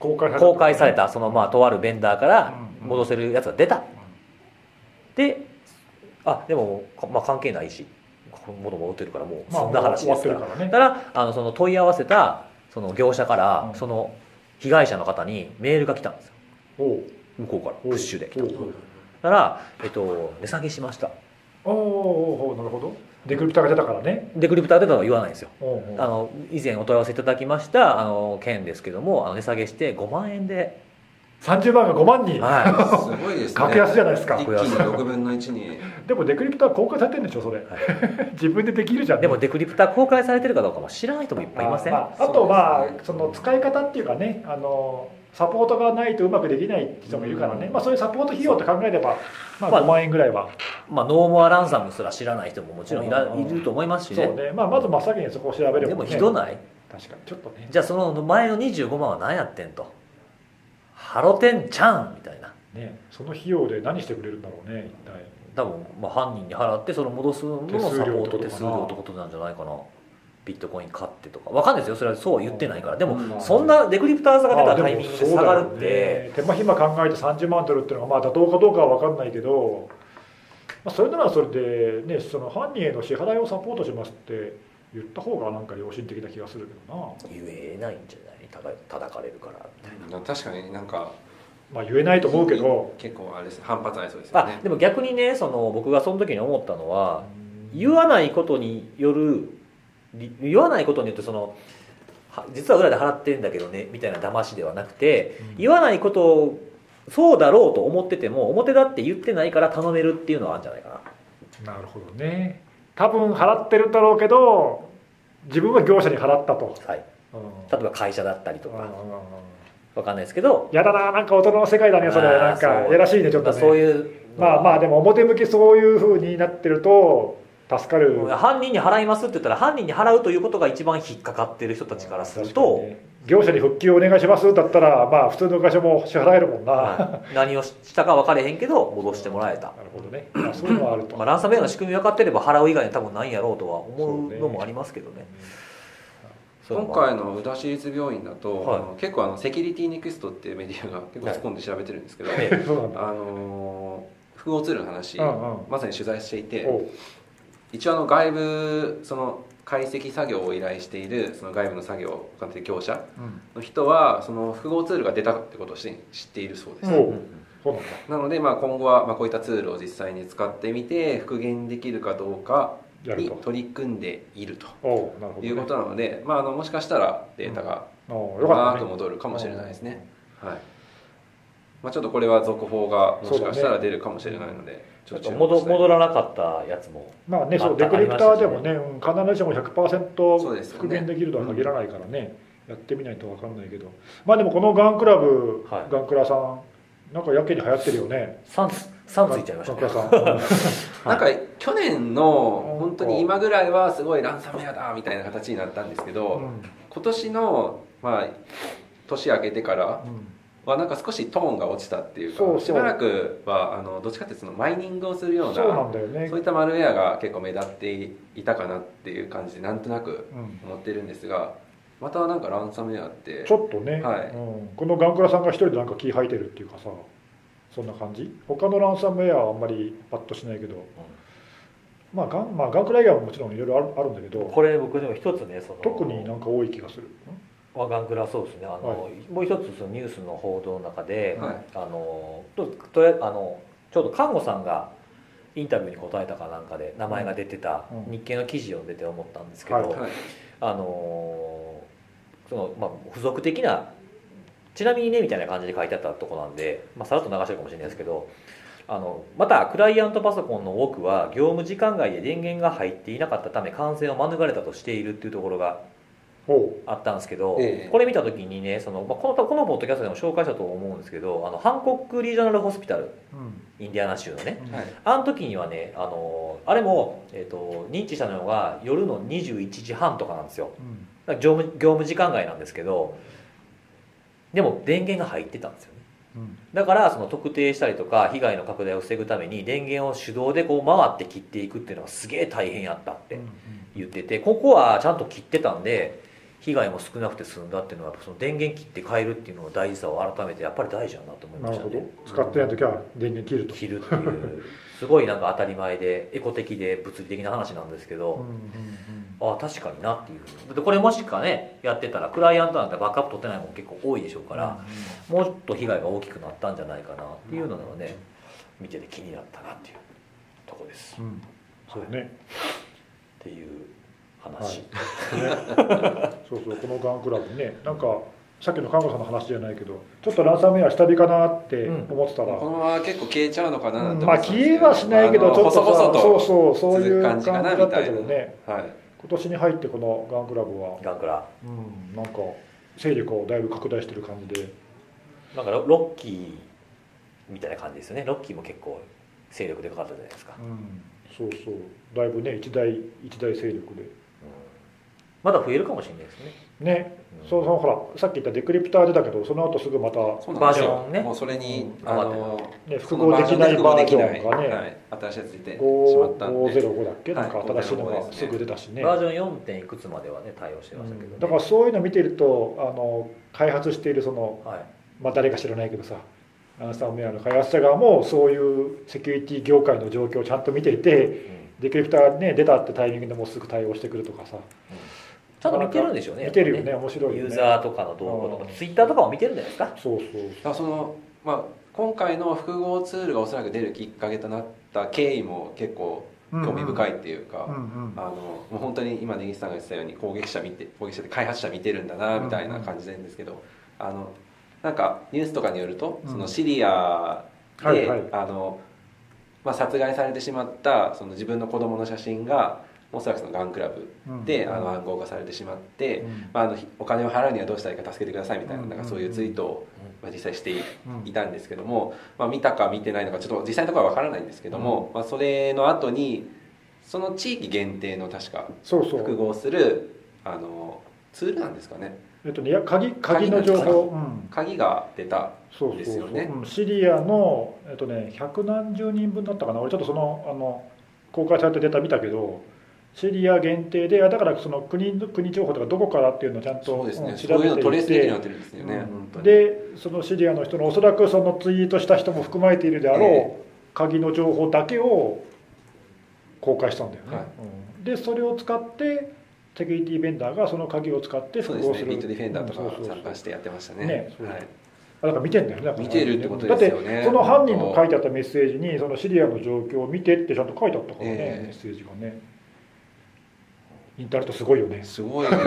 公開された
公開されたそのまあとあるベンダーから戻せるやつが出たであでも、かまあ、関係ないし元戻ってるからもう
まあ
そんな
終
話で
わっ
す
て
か
る
ら
からね
だからあのその問い合わせたその業者から
うん
その被害者の方にメールが来たんですよ
おお
向こうからプッシュで来た
お
だ
う
から、えっと、値下げしました
おうおうおうなるほどデクリプターが出たからね
デクリプターでとは言わないんですよ
おうおう
あの以前お問い合わせいただきましたあの件ですけどもあの値下げして5万円で
30万が5万に、
は
すごいですね
格安じゃないですか
一気に6分の1に
でもデクリプター公開されてるんでしょそれ、 (laughs) 自分でできるじゃん (laughs)
い、でもデクリプター公開されてるかどうかも知らない人もいっぱいいません、
あまああとまあその使い方っていうかねあのサポートがないとうまくできないって人もいるからね、まあ、そういうサポート費用と考えれば、まあ、
まあ
5万円ぐらいは、
まあ、ノーモアランサムすら知らない人ももちろんいら
うん
いると思いますしね
そうね、まあ、まず真っ先にそこを調べれば、ね、
でもひどない
確かにちょっとね
じゃあその前の25万は何やってんとハロテンちゃんみたいな
ねその費用で何してくれるんだろうね一体
多分まあ犯人に払ってその戻すの
手
の
数料
サポー
ってこと
ト
かな
手数料ってことなんじゃないかなビットコイン買ってとかわかんないですよそれはそうは言ってないからで
う
も
ん
そんなデクリプター差が出
あ
た
でも
タイミングで
そう
下
だ
が
よ
るって
ね手間暇考えて30万ドルっていうのがまあ妥当かどうかは分かんないけど、まあ、それならそれで、ね、その犯人への支払いをサポートしますって言った方がなんか良心的な気がするけどな、
言えないんじゃないただ叩かれるから
確かになんか
まあ、言えないと思うけど
結構あれです反発ありそうですよ
あ
ね
でも逆にねその僕がその時に思ったのは言わないことによるり言わないことによってそのは実は裏で払ってんだけどねみたいな騙しではなくて言わないことをそうだろうと思ってても表だって言ってないから頼めるっていうのはあるんじゃないかな
なるほどね多分払ってるんだろうけど自分は業者に払ったと、
はい、
うん
例えば会社だったりと
うんうんう
か
ん
わかんないですけど
やだななんか大人の世界だねそれ
あー
なんか
そう
やらしいねちょっと、
まあ
ね、
そういうの
まあ
は
まあでも表向きそういうふうになってると助かる
犯人に払いますって言ったら犯人に払うということが一番引っかかってる人たちからする
確
と
かに、ね業者に復旧お願いしますだったらまあ普通の会社も支払えるもんな、
はい何をしたか分かれへんけど戻してもらえた
なるほどね、まあ、そういうのはあると、
まあ、ランサムウェアの仕組み分かってれば払う以外に多分ないんやろうとは思うのもありますけどねそういうのも
今回の宇田市立病院だと、
はい
あの結構あのセキュリティネクストっていうメディアが結構突っ込んで調べてるんですけど、
うん (laughs) そうなんだ
あのー複合ツールの話、
うんうん
まさに取材していて
おう
一応あの外部その解析作業を依頼しているその外部の作業を行っている業者
うん
の人はその複合ツールが出たってことをし知っているそうです、
おうそうなんだ
なのでまあ今後はまあこういったツールを実際に使ってみて復元できるかどうか
やる
に
と
取り組んでいると
おうなるほど、ね、
いうことなので、まあ、あのもしかしたらデータが
おうよか
バ
っ
ーッ
た
と
ね
戻るかもしれないですね、はいまあ、ちょっとこれは続報がもしかしたら出るかもしれないので、
ち
ち
ょ
ょ
っ
っ
と
と
戻戻
る
らなかったやつも
まあね、そう
ま
デ
あ
クリプターでもね、うん必ずしも
そうです
100%
よね
復元できるとは限らないからね、やってみないと分かんないけど、まあでもこのガンクラブ、
はい
ガンクラさん、なんかやけに流行ってるよね、
3ついちゃいましたね
ガンクラさん。
なんか去年の本当に今ぐらいはすごいランサムウェアだみたいな形になったんですけど、
うん
今年のまあ年明けてから
うん
はなんか少しトーンが落ちたっていうか
そうそう
しばらくはあのどっちかっていうとそのマイニングをするような
そうなんだよね
そういったマルウェアが結構目立っていたかなっていう感じでなんとなく
うん
思ってるんですがまたなんかランサムウェアって
ちょっとね、
はい
うんこのガンクラさんが一人でなんか気吐いてるっていうかさそんな感じ他のランサムウェアはあんまりパッとしないけど、まあガンまあガンクラ以外ももちろんいろいろあるあるんだけど
これ僕でも一つねその
特になんか多い気がする
ワガングラそうですねあの、
は
もう一つそのニュースの報道の中で、
はい
あのととりあえずあのちょうど看護さんがインタビューに答えたかなんかで名前が出てた
うん
日経の記事を出て思ったんですけど、
はい
はい
あのーそのまあ、付属的なちなみにねみたいな感じで書いてあったとこなんで、まあ、さらっと流してるかもしれないですけどあのまたクライアントパソコンの多くは業務時間外で電源が入っていなかったため感染を免れたとしているっていうところが
ほ
あったんですけど、
ええ
これ見た時にねその、まあ、このこのポッドキャストでも紹介したと思うんですけどあのハンコックリージョナルホスピタル
う、うん
インディアナ州のね
うん
はい
あの時にはねあのあれも、えっと認知したのが夜の21時半とかなんですよ
うん
だから業務業務時間外なんですけどでも電源が入ってたんですよね
うん
だからその特定したりとか被害の拡大を防ぐために電源を手動でこう回って切っていくっていうのがすげえ大変やったって
うん
言っててここはちゃんと切ってたんで被害も少なくて済んだっていうのはやっぱその電源切って変えるっていうのの大事さを改めてやっぱり大事だなと思い
な
ま
る
した
ほ
ね
ど使ってない時は電源切ると、
切るっていうすごいなんか当たり前でエコ的で物理的な話なんですけど、
うんうんうん
ああ確かになっていうふうにだってこれもしかねやってたらクライアントなんてバックアップ取ってないもん結構多いでしょうから、もうちょっと被害が大きくなったんじゃないかなっていうのがね見てて気になったなっていうとこです
う
っ
んそうね
ていう話、
そうそうこのガンクラブねなんかさっきの看護さんの話じゃないけどちょっとランサムウェア下火かなって思ってたら、
このまま結構消えちゃうのかななんて
まあ
思ってたん
消
ですけ
え
ど
はしないけ
あ
ど
の
ちょっとさ
細々と
そうそうそういう感
感
じ
じ
だ
か
っ
な
た
みた
け
い
ど
な
ね
はい
今年に入ってこのガンクラブは、
ガンクラ
うん、なんか勢力をだいぶ拡大してる感じで
なんかロロッキーみたいな感じですよねロッキーも結構勢力でかかったじゃないですか、
うん、そうそうだいぶね一大一大勢力で
まだ増えるかもしれないですね、
ね、
うん
そうそうほらさっき言ったデクリプターでだけどその後すぐまた、
そうなんですよ
バージョンね
もうそれに、
うん
あの
ね、複
その
合できない
バ
バ
ー
ー
ジ
ジ
ョン
ョ
で複
ン
合
が
でき
ね、
ない、はい、新しいやつ出てしまったんで
5505だっけなんか
はい
新しいのが
505
すぐ出たしね、
バージョン 4. 点いくつまではね対応してましたけど、ね
だからそういうの見てるとあの開発しているその、
はい、
まあ、誰か知らないけどさアンサーメアの開発者側もそういうセキュリティ業界の状況をちゃんと見ていて
うん
デクリプターが、ね、出たってタイミングでもうすぐ対応してくるとかさ
ちゃんと見てるんでしょうね
見てるよね
やっぱ
面白いよね
ユーザーとかの動向と
う
か
ん
ツイッターとかも見てるんじゃないですか
そうそう
だからその、まあ、今回の複合ツールがおそらく出るきっかけとなった経緯も結構興味深いっていうか、
うんうん
あのもう本当に今根岸さんが言ってたように攻撃者見て攻撃者で開発者見てるんだなみたいな感じなんですけど、あのなんかニュースとかによると、
うん
そのシリアで、
はいはい
あのまあ、殺害されてしまったその自分の子供の写真がおそらくそのガンクラブで、
うん
あの暗号化されてしまって、
うん
まあ、あのお金を払うにはどうしたらいいか助けてくださいみたいな,、
うん
なんかそういうツイートを、まあ、実際してい
うん
いたんですけども、まあ、見たか見てないのかちょっと実際のところは分からないんですけども、まあ、それの後にその地域限定の確か
そうそ
複
う、
合するあのツールなんですかね
えっとね、いや鍵鍵の情
鍵
報、うん
鍵が出た
そうそう
で
そ
す
う
よね
うんシリアの、えっとね、百何十人分だったかな俺ちょっとそのあの公開されたデータ見たけどシリア限定であだからその国の国情報とかどこからっていうのをちゃんと
そうですね、
ん
そういうのトレースできるようになっててるんですよね、
うん
本当に
でそのシリアの人のおそらくそのツイートした人も含まれているであろう、
え
鍵の情報だけを公開したんだよね、
はい
うんでそれを使ってセキュリティベンダーがその鍵を使って
そう
複
です
合す
ね
る
ビットディフェンダーと
うんそう
か
そうそう
参加してやってましたね
ねそう
はい、
あだから見てんだよねだから
見てるってこと
だ
で
っ
す
て
よね
その犯人の書いてあったメッセージにそのシリアの状況を見てってちゃんと書いてあったからね、
ええ
メッセージがねインターネットすごいよね
すごいで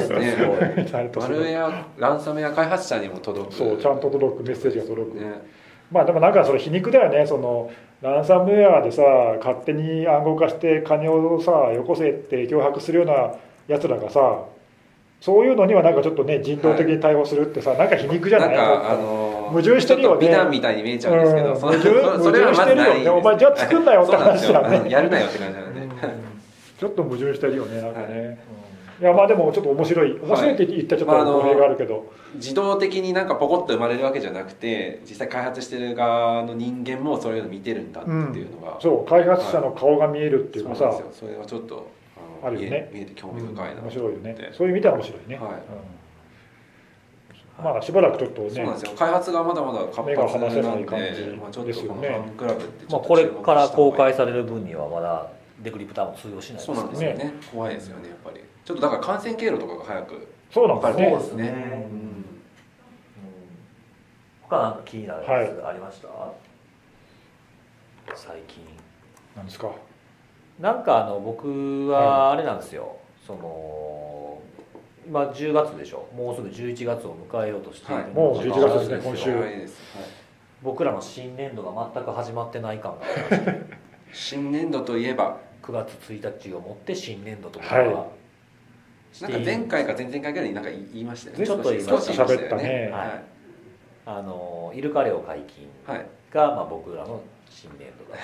す
(laughs)
ね (laughs)
すごい
インターネット
マ
す
ル
ご
ウ
い
ェアランサムウェア開発者にも届く
そうちゃんと届くメッセージが届く、
ね
まあでもなんかそれ皮肉だよねそのランサムウェアでさ勝手に暗号化して金をさよこせって脅迫するようなやつらがさそういうのにはなんかちょっとね人道的に対応するってさ、なんか皮肉じゃ
な
ない
んかあのー
矛盾してるよね
ちょっと美談みたいに見えちゃうんですけど、
うん
その
矛盾
そそれはまずな
矛盾してるよ
い
ねお前じゃあ作んなよって話だよね
そうなんですあのやるなよって感じなので、
ちょっと矛盾してるよねなんかね、いやまあでもちょっと面白い面白いって言ったらちょっ
まああ
と
の
語弊があるけど、
自動的になんかポコッと生まれるわけじゃなくて実際開発してる側の人間もそういうの見てるんだっていうのが、
そう開発者の顔が見えるっていうかさ、
そうなんですよそれはちょっとの
あるよね
見え見えて興
うん
味深いな
面白いよね
って
そういう意味では面白いね、
はい
うんまあしばらくちょっと
そう
ね
なんですよ開発がまだまだ活
目が
発
離せな
ないん
感
で
じ
まあ、ちょっとこ
で
の
すよね
ファンクラブってち
まあ、
ょっと
これから
注
公
目した方がいい
開される分にはまだデクリプターも通用しないです
そ
よ
うなんですよね怖いですよねやっぱりちょっとだから感染経路とかが早く
そうな
分か
ん
る
ですね
といいです
う
ね、うん
他なんか気になるやつありました、最近
なんですか
なんかあの僕はあれなんですよ、その今10月でしょもうすぐ11月を迎えようとしている
はい
に
もう11月ですね
よ
今週
早いです、はい
僕らの新年度が全く始まってない感が
新年度といえば
9月1日をもって新年度とか
は
なんか前回か前々回ぐらいになんか言いましたよね
ちょっと言いま
少
した
し
喋
少し
ったね
はい
あのイルカ漁解禁
はい
が、まあ、僕らの新年度だ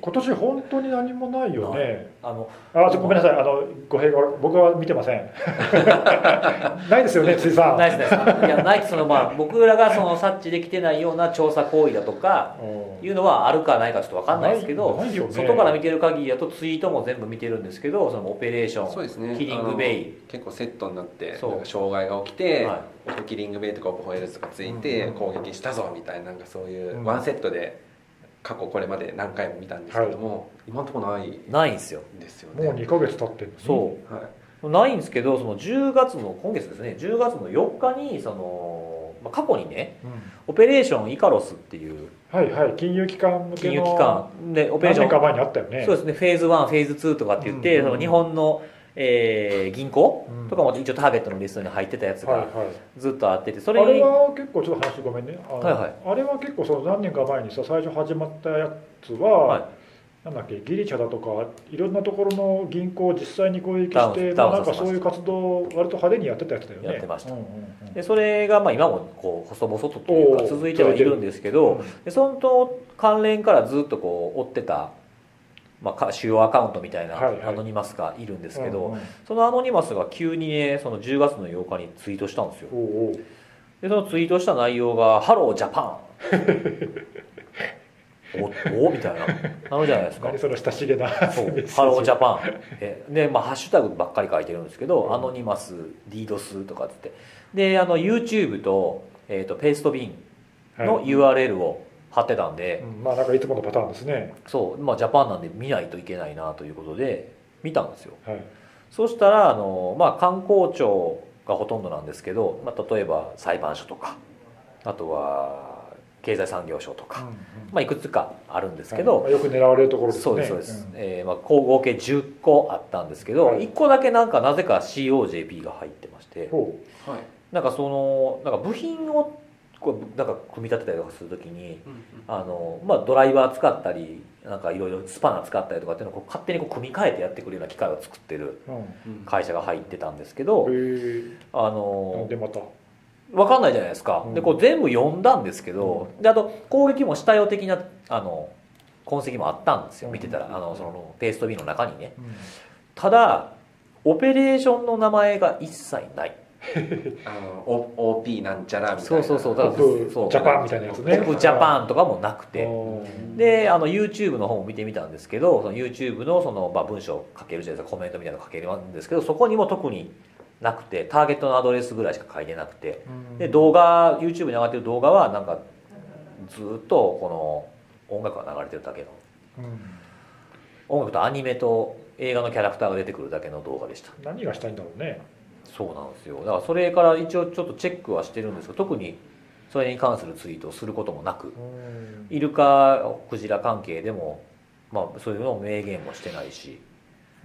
今年本当に何もないよね
あの
あちょごめんなさいあの語弊が僕は見てません (laughs) ないですよね辻さん
ナイスですいやないそのまあ僕らがその察知できてないような調査行為だとか
うん
いうのはあるかないかちょっと分かんないですけど
ないないよね
外から見てる限りだとツイートも全部見てるんですけどそのオペレーション
そうですね
キリングベイ
あの結構セットになって
そう
なんか障害が起きて、
は
オフキリングベイとかオフホエールズとかつい
うん
て
うん
攻撃したぞみたいななんかそういううんワンセットで過去これまで何回も見たんですけども、今のところないん
ないんですよ
ですよね
もう2ヶ月経ってるのに
そ
は
うないんですけどその10月の今月ですね10月の4日にその、まあ、過去にね
うん、
オペレーションイカロスっていう
はいはい金融機関向けの
金融機関でオペ
何
レーション
年か前にあったよね
そうですねフェーズ1フェーズ2とかって言っ
うん
て、
うん
その日本の、ええー銀行
うん
とかも一応ターゲットのリストに入ってたやつ
はい
が
はい
ずっとあってて、そ
あ
れ
れ
に、
は結構ちょっと話ごめんねあの
はいはい
あれは結構その何年か前にさ最初始まったやつ
はい
は、なんだっけギリシャだとかいろんなところの銀行を実際に攻撃
ダ
し
ウン
て
ダ
ま
ウン
あなん
さ
か
せました
そういう活動を割と派手にやってたやつだよね
やってました
うんうんうん
でそれがまあ今もこう細々とというか
おー
続いてはいるんですけど
続いて、
でその関連からずっとこう追ってた、まあか、主要アカウントみたいな
はいはい
アノニマスがいるんですけど、
うんうん
そのアノニマスが急にね、その10月の8日にツイートしたんですよ。
おうおう
でそのツイートした内容が「ハロージャ
(laughs)
パン」おおみたいななるじゃない
(laughs)
ですか
何その親しげな
そう
メッセージ
ハロージャパン」えで、まあ、ハッシュタグばっかり書いてるんですけど
う
「
ん
アノニマス」「ディードス」とかっつってであの YouTube と,、えー、とペーストビン
は
の
い
URL を貼ってたんで、
うんまあなんかいつものパターンですね
そう、まあ、ジャパンなんで見ないといけないなということで見たんですよ
はい
そうしたらあの、まあ、観光庁がほとんどなんですけど、まあ、例えば裁判所とかあとは経済産業省とか、まあ、いくつかあるんですけ
は
ど、
いまあよく狙われるところですね
そうですそうです、
ん
えーまあ、こう合計10個あったんですけど、
はい
1個だけなんかなぜか COJP が入ってまして
ほ
はい
なんかそのなんか部品をこうなんか組み立てたりとかするときに
うんうん
あの、まあ、ドライバー使ったりなんかいろいろスパナ使ったりとかっていうのをこう勝手にこう組み替えてやってくれるような機械を作ってる
ううんへ
うん
会社が入ってたんですけど、
え
あ
なん
の
でまた
分かんないじゃないですか、
うん
でこう全部読んだんですけど、であと攻撃も下用的なあの痕跡もあったんですよ見てたら、あのそのペースト B の中にね
うん
ただオペレーションの名前が一切ない
あの O- OP なんちゃらみたいな
そうそうそうだから
ポップ
そう
ジャパンみたいなやつね
ポップジャパンとかもなくて
おー
であの YouTube の方も見てみたんですけどその YouTube のその、まあ、文章を書けるじゃないですかコメントみたいなの書けるんですけどそこにも特になくてターゲットのアドレスぐらいしか書いてなくてで動画 YouTube に上がってる動画はなんかずーっとこの音楽が流れてるだけの
うん
音楽とアニメと映画のキャラクターが出てくるだけの動画でした
何がしたいんだろうね
そうなんですよだからそれから一応ちょっとチェックはしてるんですけど特にそれに関するツイートをすることもなくイルカクジラ関係でも、まあ、そういうのを明言もしてないし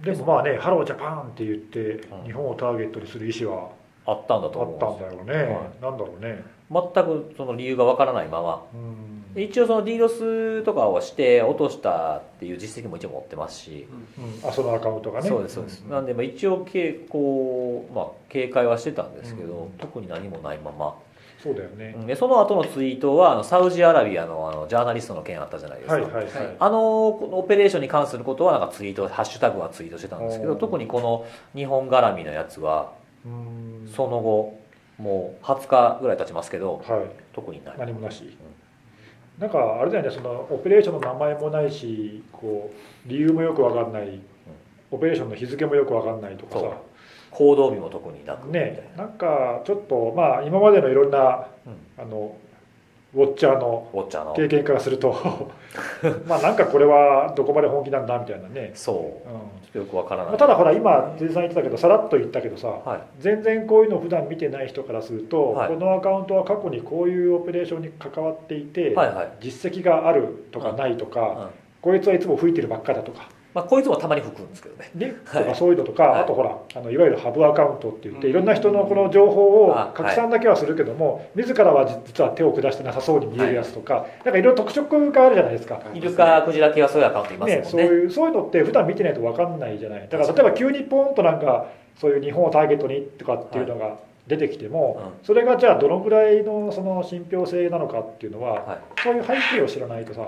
でもまあね「ハロージャパン」って言って
うん
日本をターゲットにする意思は
あったんだと
あ
思う
っ
ん
た
で
ん
すよ
だろうね、なんだろうね
全くその理由がわからないまま
うん
で一応その DDoS とかをして落としたっていう実績も一応持ってますし
うんあそのアカウントがね
そうですそうです、
ん
なんでまあ一応警こう、まあ、警戒はしてたんですけど、
うん
特に何もないまま、
そうだよね、
でその後のツイートはあのサウジアラビアのあのジャーナリストの件あったじゃないですか、
はいはいはい、
あのこのオペレーションに関することはなんかツイートハッシュタグはツイートしてたんですけ
お
ど
ー
特にこの日本絡みのやつは
うん
その後もう20日ぐらい経ちますけど
はい
特にない
何もなしなんかあれだよねそのオペレーションの名前もないしこう理由もよくわかんないオペレーションの日付もよくわかんないとか
そう
さ
行動日も特になくみたいな、
ねなんかちょっとまあ今までのいろんな、あのウォッチャーの
ウォッチャーの
経験からすると (laughs) まあなんかこれはどこまで本気なんだみたいなね、
そううんちょっとよくわから
ま
な
あ
い
ただほら今前さん言ってたけどさらっと言ったけどさ
はい
全然こういうの普段見てない人からすると、
はい
このアカウントは過去にこういうオペレーションに関わっていて、
はいはい、
実績があるとかないとか、
うん
こいつはいつも吹いてるばっかだとか,、
まあ、こいつもたまに吹くんですけどね
ね
はい
とかそういうのとか、
はい
あとほらあのいわゆるハブアカウントって言って、
うん
いろんな人のこの情報を
あはい
拡散だけはするけども、自らは実は手を下してなさそうに見えるやつとか、なんかいろいろ特色があるじゃないですか。
イルカクジラ系はそういうアカウントいますもん
ね、
ね
そういうそういうのって普段見てないと分かんないじゃないだから例えば急にポンとなんかそういう日本をターゲットにとかっていうのが出てきても、
うん
それがじゃあどのぐらいのその信憑性なのかっていうのは、
はい
そういう背景を知らないとさ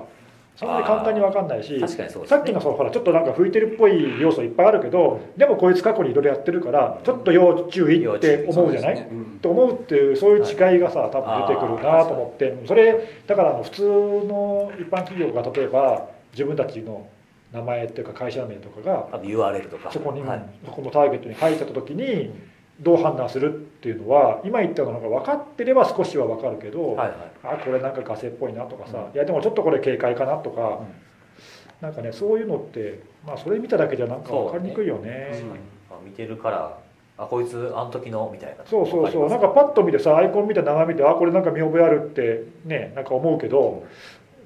そんなに簡単に分かんないし
確かにそうです
さ
ね
っきのそのほらちょっとなんか吹いてるっぽい要素いっぱいあるけどでもこいつ過去にいろいろやってるからちょっと要注意って思うじゃない、
そうですねうん
と思うっていうそういう違いがさ多分出てくるなと思ってそれだからあの普通の一般企業が例えば自分たちの名前っていうか会社名とかが
あと URL とか
そこに、
はい
そこのターゲットに書いてた時にどう判断するっていうのは今言ったのが分かってれば少しは分かるけど、
はいはい
あこれなんかガセっぽいなとかさ、いやでもちょっとこれ警戒かなとか、
うん
なんかねそういうのって、まあ、それ見ただけじゃなんか分かりにくいよね
そうだね
まあ、見てるからあこいつあの時のみたいな
そうそうそうなんかパッと見てさアイコン見て名前見てあこれなんか見覚えあるってねなんか思うけど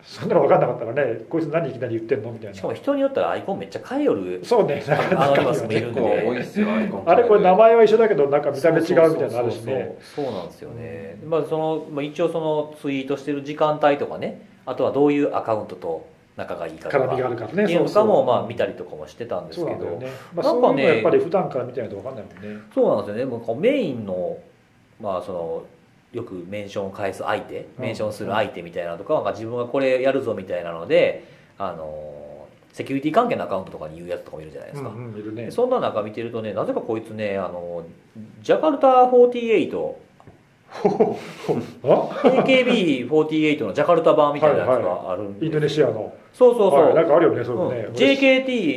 そんなの分かんなかったらねこいつ何いきなり言ってんのみたい
し
な
かも人によったらアイコンめっちゃ変えよる
そうねなかな
アノニ
か
マスもいる
結
ん
構多い
で
ですよアイコン
あれこれ名前は一緒だけどなんか見た目違うみたいなのあるしね
そうそうそうそうなんですよね、まあそのまあ、一応そのツイートしてる時間帯とかねあとはどういうアカウントと仲がいいかと
絡みがある
か
から
っ
ね
ていうのとかもまあ見
て
たりとかもしてたんです
そう
け
なんだよ
ど
ね、まあ、
な
そうい
ん
う
か
の
ね
やっぱり普段から見てないと分かんないもんね
そうなんですよねもうこうメインのまあそのよくメンションを返す相手
うん
メンションする相手みたいなのとかは、まあ自分がこれやるぞみたいなのであのセキュリティ関係のアカウントとかに言うやつとかもいるじゃないで
う
すか、
んうんいるね
でそんな中見てるとねなぜかこいつねあのジャカルタ48
あ
AKB48 のジャカルタ版みたいなやつ
はいは
があるんで
インドネシアの
そうそうそう、
はいなんかあるよねそう
うん
いうのね、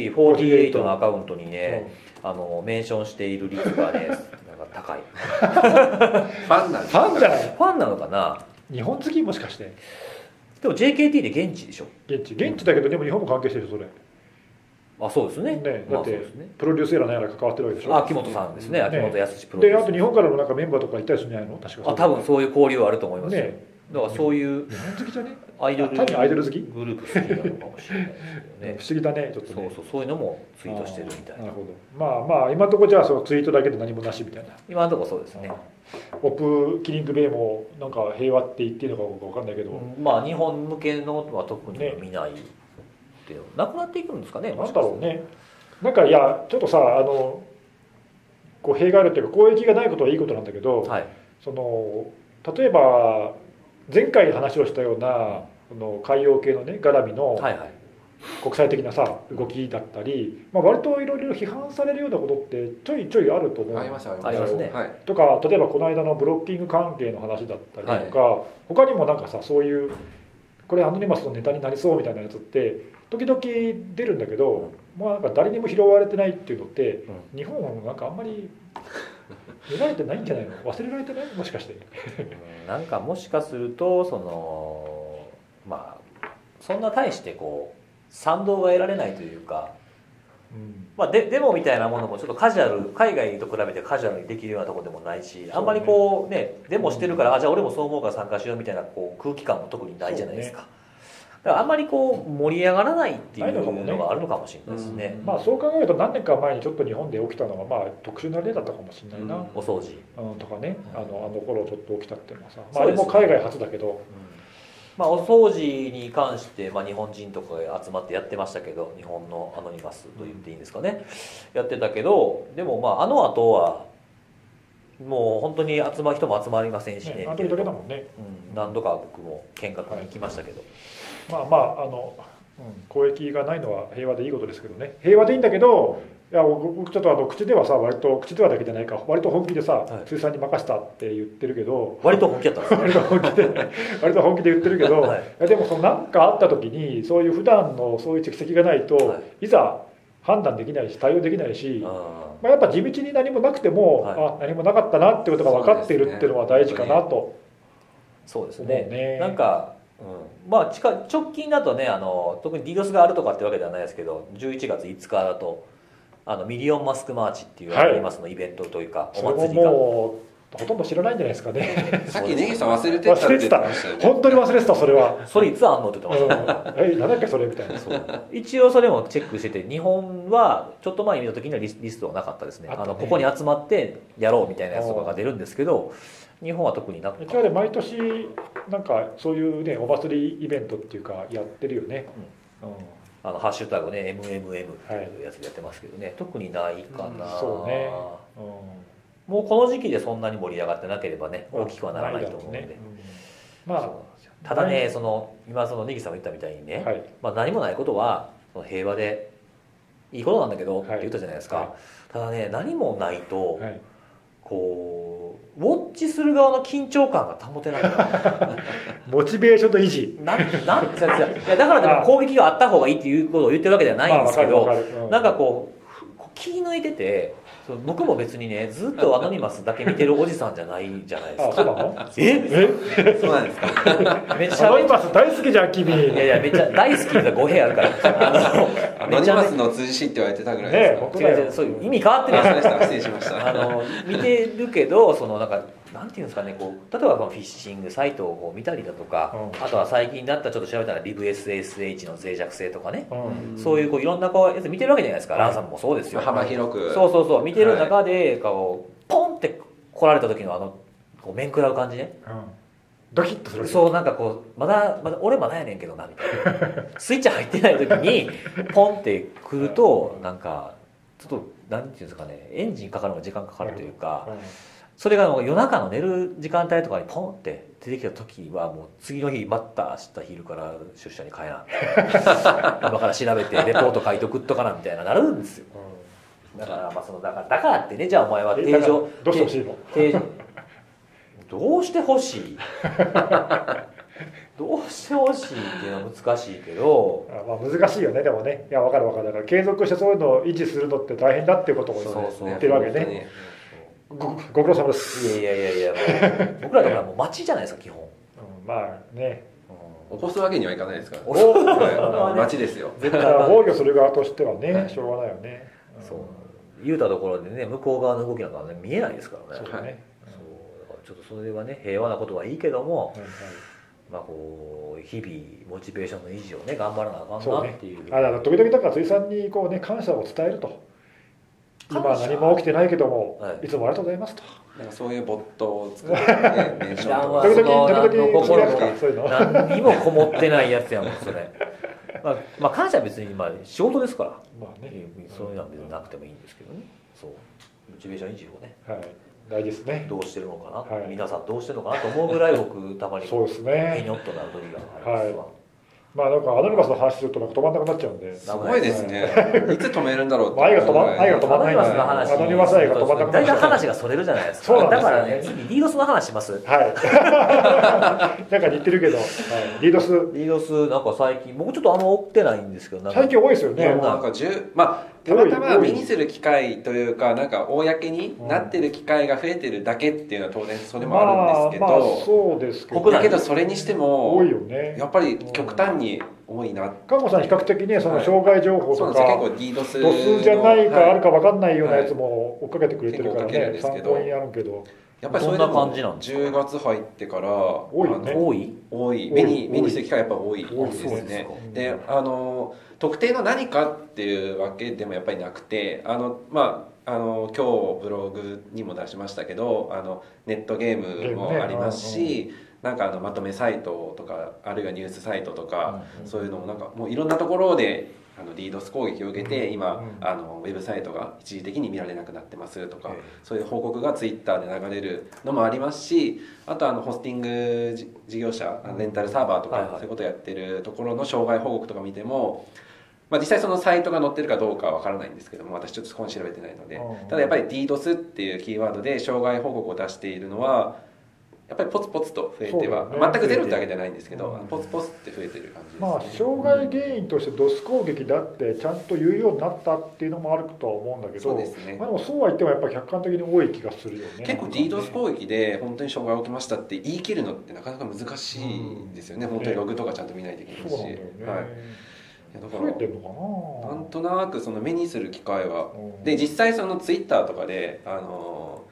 JKT48 のアカウントにね、あのメンションしている率がねなんか高い
ファンなんで
フ
すよ
ァンじゃない
ファンなのかな
日本好きもしかして
でも JKT で現地でしょ
現地現地だけどでも日本も関係してるでしょそれ
あそうですね
ね
ま
だ
あ
っ
そう
て
ですね
プロデュースやら何やら関わってるわけでしょ
秋元さんですね秋元康プロデ
で
ュ
あ
ース
と日本からもなんかメンバーとかいたりするんじゃないの確か
あ多分そういう交流はあると思いますよ、
ね
だからそういう
日本好きじゃね
アイドル
単にアイドル好き
グループ好きなのかもしれないですけどね
不思議だねちょっと
そ
ね
うそうそういうのもツイートしてるみたい
あー
な
るほどまあまあ今のところじゃあそのツイートだけで何もなしみたいな
今のところそうですね
オプキリングベイもなんか平和って言ってるのか分かんないけど、
まあ日本向けのは特に
ね
見ないっていうのなくなっていくんですかね
なんだろうねなんかいやちょっとさあのこう弊害あるっていうか公益がないことはいいことなんだけど、
はい
その例えば前回話をしたようなその海洋系のね絡みの
はいはい
国際的なさ動きだったり、まあ、割といろいろ批判されるようなことってちょいちょいあると思う
ありますあります
ありますね
はい
とか例えばこの間のブロッキング関係の話だったりとか、他にもなんかさそういうこれアノニマスのネタになりそうみたいなやつって時々出るんだけど、まあ、なんか誰にも拾われてないっていうのって、日本はなんかあんまり見られてないんじゃないの忘れられてないもしかして。
うんなんかもしかするとそのまあそんな大してこう賛同が得られないというか、
うん
まあ、でデモみたいなものもちょっとカジュアル海外と比べてカジュアルにできるようなところでもないしあんまりこうねデモしてるからあじゃあ俺もそう思うから参加しようみたいなこう空気感も特にないじゃないですか。だからあんまりこう盛り上がらないってい
ないのかも
う
ね
のがあるのかもしれないですね。
まあそう考えると何年か前にちょっと日本で起きたのはまあ特殊な例だったかもしれないな、
お掃除、
うんとかねあのあの頃ちょっと起きたっていうのはさ、まあ、
そ
あ
う
れ
ですね
も海外初だけど
まあ、お掃除に関して、まあ、日本人とかが集まってやってましたけど日本のアノニマスと言っていいんですかねやってたけどでもまああの後はもう本当に集まる人も集まりませんしね
ねあの時だけだもんね
うん何度か僕も見学に行きましたけど、
まあまああの、うん、交易がないのは平和でいいことですけどね平和でいいんだけどいや僕僕ちょっとあの口ではさ割と口ではだけじゃないか割と本気でさ、
はい
通産に任せたって言ってるけど
割と本気だったんですよ
割と本気で
(laughs)
割と本気で言ってるけど、
はい
いやでもその何かあった時にそういう普段のそういう蓄積がないと、、
はい
ざ判断できないし対応できないし、
うん
まあ、やっぱ地道に何もなくても、
はい
あ何もなかったなってことが分かって
そう
る
ですね
っていうのは大事かなと
そうです
思う
ね
ね。
なんか、うん、まあ近い直近だとねあの特に DDoS があるとかってわけではないですけど11月5日だとあのミリオンマスクマーチっていう
は
ア
い
ノニマスのイベントというか、
それ
お
も
祭りが
もうほとんど知らないんじゃないですかね (laughs)
さっき根岸さん忘れてたって言ってましたよね
本当に忘れてたそれは。
それいつあんのって言ってました
うん、え、なんだっけそれみたいな。
一応それもチェックしてて日本はちょっと前に見た時にはリスリストがなかったですね
あ
あ
ったね
のここに集まってやろうみたいなやつとかが出るんですけど日本は特になく
うちはね毎年なんかそういうねお祭りイベントっていうかやってるよね。うん
あのハッシュタグね MMM って
はい
いうやつでやってますけどね、特にないかな、
うんそうねうん
もうこの時期でそんなに盛り上がってなければね大きくはならないと
だろ
思うんで、
ねうん
そう
ま
な
あ
んですよただ
な
ね
い
その今その根岸さんも言ったみたいにね、
はい
まあ、何もないことはその平和でいいことなんだけどって
はい
言ったじゃないですか、
はい
ただね何もないと、
はい。
こうウォッチする側の緊張感が保て
(laughs)
ない
モチベーションの維持。
なんなんいやいやだからでも攻撃があった方がいいっていうことを言ってるわけではないんですけど、
まあわかるわかるう
なんかこうふこう気抜いててその僕も別にねずっとアノニマスだけ見てるおじさんじゃないじゃないです
あ、
か
そうなの？
え
え、
そうなんですか
めっち
ア
ゃ
ノ
め
ニ
ちゃ
マス大好きじゃん君。
いやいやめっちゃ大好きな語弊あるからあ
ア
のめ
ノニ
ちゃ
マ
め
ス
ち
の通じ師って言われてたぐらいです
ね
か
僕
ゃ違う違うそう意味変わって
ら
ない
あ失礼しました失礼しまし
あ
た
の見てるけどそのなんかなんていうんですかねこう例えばまあフィッシングサイトをこう見たりだとか、
う
あとは最近だったらちょっと調べたらリブ SSH の脆弱性とかね、
うんうん
そういうこういろんなこうやつ見てるわけじゃないですか、ランさんもそうですよ
幅広く
そうそうそう見てる中でこうポンって来られた時のあのこう面食らう感じね
ドキッとする
そうなんかこうまだまだ俺まだやねんけどなみたい (laughs) なスイッチ入ってない時にポンってくるとなんかちょっとなんていうんですかねエンジンかかるのが時間かかるというか
う
それがもう夜中の寝る時間帯とかにポンって出てきた時はもう次の日また明日昼から出社に帰らん今から調べてレポート書いとくっとかなみたいななるんですよ
んうん
だからまあそのだからだからってねじゃあお前は
え
定
だから
常
どうしてほしいの
定常どうしてほしい (laughs) どうしてほしいっていうのは難しいけど
あまあ難しいよねでもねいや分かる分かるだから継続してそういうのを維持するのって大変だっていうことを
そうそう
言ってるわけねごご苦労様です、
いやいやいやいやもう僕らだからもう街じゃないですか基本、
うん、まあね
起こすわけにはいかないですから
おそう
はい街ですよ
絶
だ
対
から防御する側としては
は
ね
い
しょうがないよね、ん
そう言うたところでね向こう側の動きなんかはね見えないですからね
そう
そ
だ
う
ね、
だからちょっとそれはね平和なことはいいけども、
うんはい
まあ、こう日々モチベーションの維持をね頑張らなあ
そ
か
うんね
なっていう
あだから時々だから辻さんにこうね感謝を伝えると今
感謝
何も起きてないけども、
はい
い、つもありがとうございますと
なんかそういうボットを作ってね
(laughs)
年
いらんわ
時
そ
々
の
時々
心
聞きますか
が
そういうの
何にもこもってないやつやもんそれまあ、まあ、感謝は別にまあ仕事ですから
まあね、
そういうのは別になくてもいいんですけどねそうモチベーション維持をね
はい、大事ですね
どうしてるのかな、
はい
皆さんどうしてるのかなと思うぐらい僕たまに
そうです
へに
ね
ょっとなる時がありますわ、
まあなんかアノニマスの話するとなんか止まんなくなっちゃうんです
ごいですねいつ止めるんだろうって
愛が止ま愛が止ま
アノニマスの話
アノニマス愛が止まんなくなっ
大
ちゃう
体話がそれるじゃないですか
そうなんです
だ
よ
からね次リードスの話します
はい (laughs) なんか似てるけど、はい、リードス
リードスなんか最近僕ちょっとあんま追ってないんですけどなんか
最近多いですよ
いや
ね
もう
なんか10まあたまたま目にする機会というかなんか公になってる機会が増えてるだけっていうのは当然それもあるんですけ
まあ、まあ
ど、
そうですけど
国内
だけどそれにしても
多いよね
やっぱり極端に多いな
看護さん比較的ねその障害情報
そうな
とか、
んですよ結構
度
DDoS の
数じゃないかある
は
か分かんないようなやつも追っかけてくれてるから
結構追っかけるん
ね
ですけ
参
ど
考にあるけど
やっぱりそれで
どんな感じなん
も
ですか
10月入ってから多
いよね
多い
多
多い
い目
多い
に目にする機会やっぱ多いですね
多い
であの特定の何かっていうわけでもやっぱりなくてあのまああの今日ブログにも出しましたけどあのネットゲームもあります
ゲーム
し、なんかあのまとめサイトとかあるいはニュースサイトとか、そういうのもなんかもういろんなところであの DDoS 攻撃を受けて今、
うん
あのウェブサイトが一時的に見られなくなってますとか、
へえ
そういう報告がツイッターで流れるのもありますしあとあのホスティングじ事業者あのレンタルサーバーとか、
はいはい
そういうことやってるところの障害報告とか見ても、まあ、実際そのサイトが載ってるかどうかはわからないんですけども私ちょっとそこに調べてないので
うん
ただやっぱり DDoS っていうキーワードで障害報告を出しているのはやっぱりポツポツと増えては、
そうだね
全くゼロってわけじゃないんですけど、
うん
ポツポツって増えてる感じですね。
まあ障害原因としてドス攻撃だってちゃんと言うようになったっていうのもあるとは思うんだけど
そうですね
まあ、でもそうは言ってもやっぱ客観的に多い気がするよね
結構 DDoS 攻撃で本当に障害起きましたって言い切るのってなかなか難しいですよね、
うん
本当にログとかちゃんと見ないといけないし、
そうなんだよね、
はい、いやだか
増えて
ら
るのかな
なんとなくその目にする機会は
うん
で実際その Twitter とかであの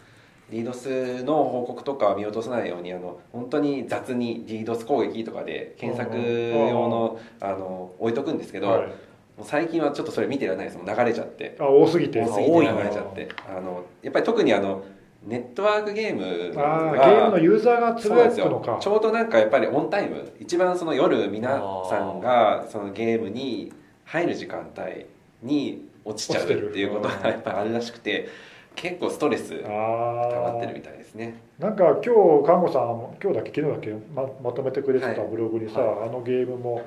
DDoS の報告とかは見落とさないようにあの本当に雑に DDoS 攻撃とかで検索用のあの置いとくんですけど、
はい
もう最近はちょっとそれ見てられないですもん流れちゃって
あ多すぎて
多すぎて
多
流
い
れちゃってあのやっぱり特にあのネットワークゲーム
あ
が
ーゲームのユーザーがつ
そ
ぶ
うなん
や
です
くのか
よちょうどなんかやっぱりオンタイム一番その夜皆さんがそのゲームに入る時間帯に落ちちゃう
落ち
って
てる
いうことがやっぱりあるらしくて結構ストレス
あ
溜まってるみたいですね
なんか今日看護さん今日だっけ昨日だっけままとめてくれてた
はい
ブログにさ、
は
あのゲームも、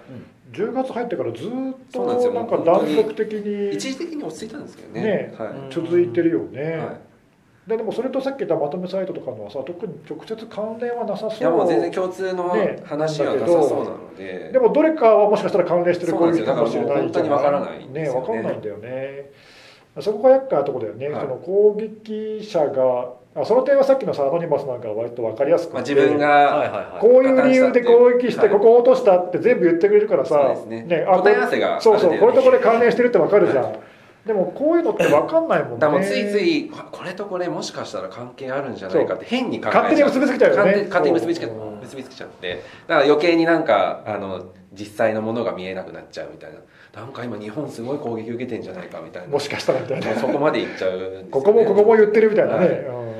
10月入ってからずっ
そうなんです
と
よ
なんか
もう本当
断
に
続的に
一時的に落ち着いたんですけどね
ね
はい
うん
続いてるよね、
は
ででもそれとさっき言ったまとめサイトとかのはさ特に直接関連はなさそう
い、いやもう全然共通の
ね
話はなさそうなので
でもどれかはもしかしたら関連してる攻撃かもしれないじゃ
そうなんですよだからもう本当にわからないんで
ね
す
わ
よね
かんないんだよねそこが厄介なとこだよね、
はい
その攻撃者があその点はさっきのさアノニマスなんかは割と分かりやすくて、
まあ、自分が、
はいはいはい
こういう理由で攻撃して、
はい
ここ落としたって全部言ってくれるからさ、
そうですね
あ
答え合わせが
そうそう、
ある
これ
程度
とこれ関連してるってわかるじゃん。でもこういうのって分かんないもん
だからもう
ね
ついついあこれとこれもしかしたら関係あるんじゃないかって変に考えちゃう
勝手に結びつけちゃうよね
勝手勝手に結びつけ
そう
結びつけちゃってだから余計になんかあの実際のものが見えなくなっちゃうみたいななんか今日本すごい攻撃受けてんじゃないかみたいな
もしかしたらみたいな
もうそこまでいっちゃうんですよね
ここもここも言ってるみたいなね、
はい
うん
も
い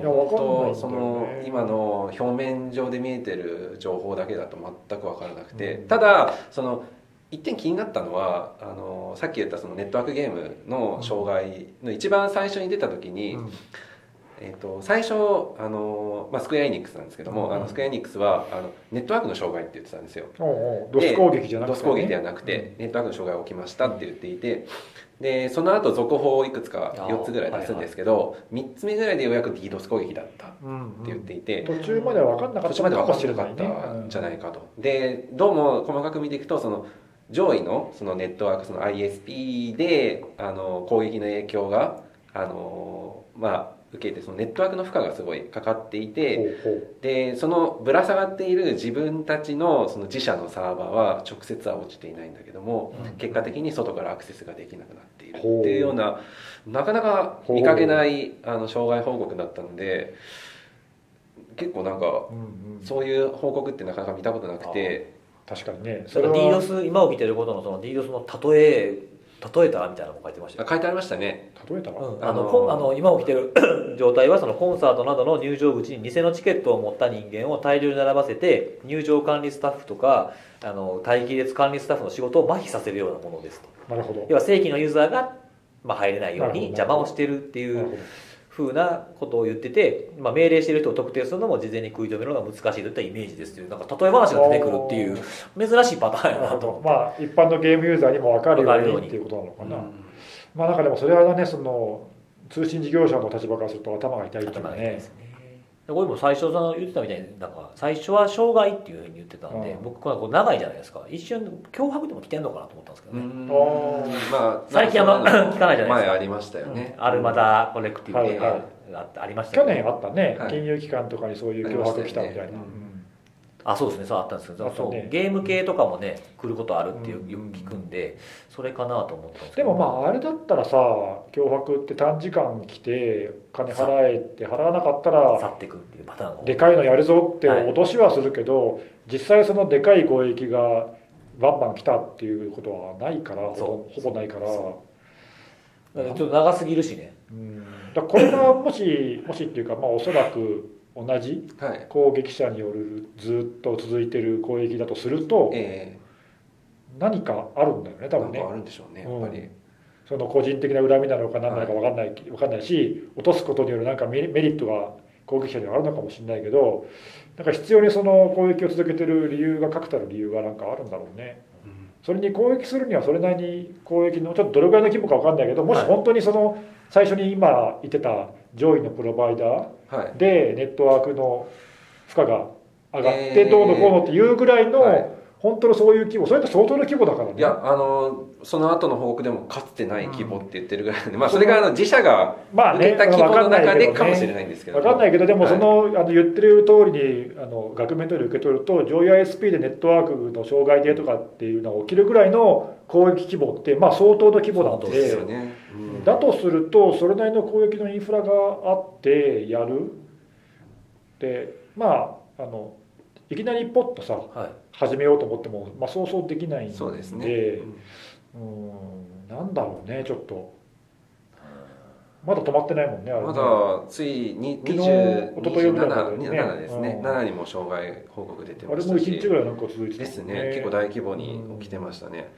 うやわかんないんだよね
本当その今の表面上で見えてる情報だけだと全く分からなくて、
うん
ただその一点気になったのはあのさっき言ったそのネットワークゲームの障害の一番最初に出た時に、
うん
えっと最初あの、まあ、スクエア・エニックスなんですけども、
うん
あのスクエア・エニックスはあのネットワークの障害って言ってたんですよ。
おうおうド
で
ス攻撃じゃなくて、
ドス攻撃ではなくて、ネットワークの障害が起きましたって言っていてでその後続報をいくつか4つぐらい出すんですけど、3つ目ぐらいでようやく DDoS 攻撃だったっ
うんうん
て言っていて、
途中までは分かんなか
途
っ
中
た
まで
か
分
も
かっ
してれ
なか
ないね
ったんじゃないかと。でどうも細かく見ていくとその上位のそのネットワークその ISP であの攻撃の影響があの、まあ、受けてそのネットワークの負荷がすごいかかっていて。
うんほう
でそのぶら下がっている自分たちのその自社のサーバーは直接は落ちていないんだけども、
うん
結果的に外からアクセスができなくなっているって
ほう
いうようななかなか見かけないあの障害報告だったので結構なんか
ほううんうん
そういう報告ってなかなか見たことなくて
確かにね
それ
は
DDoS 今起きてることのその DDoS の例え例えたらみたいなのも書いてました
あ
よ、
書いてありましたね
例えたら、
うん、
あ
あ
の
のこんあの今起きてる (coughs) 状態はそのコンサートなどの入場口に偽のチケットを持った人間を大量に並ばせて入場管理スタッフとかあの待機列管理スタッフの仕事を麻痺させるようなものですと
なるほど
要は正規のユーザーが、まあ、入れないよ
な
うに
るほど
邪魔をしてるってい
なるほ
う
ど
ふうなことを言ってて、まあ、命令してる人を特定するのも事前に食い止めるのが難しいといったイメージですというなんか例え話が出てくるっていう珍しいパターンや
な
な
るほ
と思
ど
って
まあ一般のゲームユーザーにも分かる
わかる
よ
よ
う
う
に
に
っていうことなのかな、
うん
まあなんかでもそれはねその通信事業者の立場からすると頭が痛いっていう
頭
か
が痛い
ね
ですねでこれも最初その言ってたみたいになんか最初は障害っていうふうに言ってたんで、
うん
僕これこう長いじゃないですか一瞬脅迫でも来てんのかなと思ったんですけどね、
うん
あ
まあ
(laughs) 最近あんま聞かないじゃないです
前ありましたよね、
アルマダコレクティブで、
はいはい
あありましたけ
去
ど
年あったね、
はい
金融機関とかにそういう脅迫来たみたいな、
ありましたよね
あそうですねそうあったんですけ
あ
ど
った
そう、
ね
ゲーム系とかもね来ることあるってよ
うん
よく聞くんで、それかなと思ったんですけ
で
ど
もまああれだったらさ脅迫って短時間来て金払えって払わなかった
去
ら
っていくっていうパターンが
でかいのやるぞって
はい
脅しはするけど、実際そのでかい攻撃がバンバン来たっていうことはないからほ
そ
ぼほぼないから。
だからちょっと長すぎるしね
うんだからこれがもしもしっていうか、まあ、おそらく同じ
はい
攻撃者によるずっと続いてる攻撃だとすると
え
何かあるんだよね
え
多分ね
なんかあるんでしょうねやっぱり、
うんその個人的な恨みなのか何なのか分かんない、わかんないし落とすことによるなんかメリメリットが攻撃者にはあるのかもしれないけどなんか必要にその攻撃を続けてる理由が確たる理由がなんかあるんだろうね
うん
それに攻撃するにはそれなりに攻撃のちょっとどれぐらいの規模か分かんないけどもし
はい
本当にその最初に今言ってた上位のプロバイダー
はい
でネットワークの負荷が上がっ
え
て
ー
どうのこうのっていうぐらい
はい
の本当のそういう規模それって相当な規模だからね
いやあのその後の報告でもかつてない規模って言ってるぐらいなんで、まあ、それがあの自社が
まあ
受
ね
けた規模の中でかもしれ
い
ないんですけど
分かんないけどでも
はい
その,、あの言ってる通りにあの額面通り受け取ると上位 ISP でネットワークの障害でとかっていうのが起きるぐらいの攻撃規模って、まあ、相当の規模なんで
相当
ですよね、うん
だとするとそれなりの攻撃のインフラがあってやるでまああのいきなりポッとさ
はい
始めようと思っても、まあ、そうそうできないんで
そうですね、うん
うんなんだろうねちょっとまだ止まってないもんねあれね
まだついに
昨日
20
一昨日ぐらいまでね
27ですね、
うん
7にも障害報告出て
あ
ま
れ
し
も
た
1
し
日ぐらいなんか続いてたもん
ですね結構大規模に起きてましたね、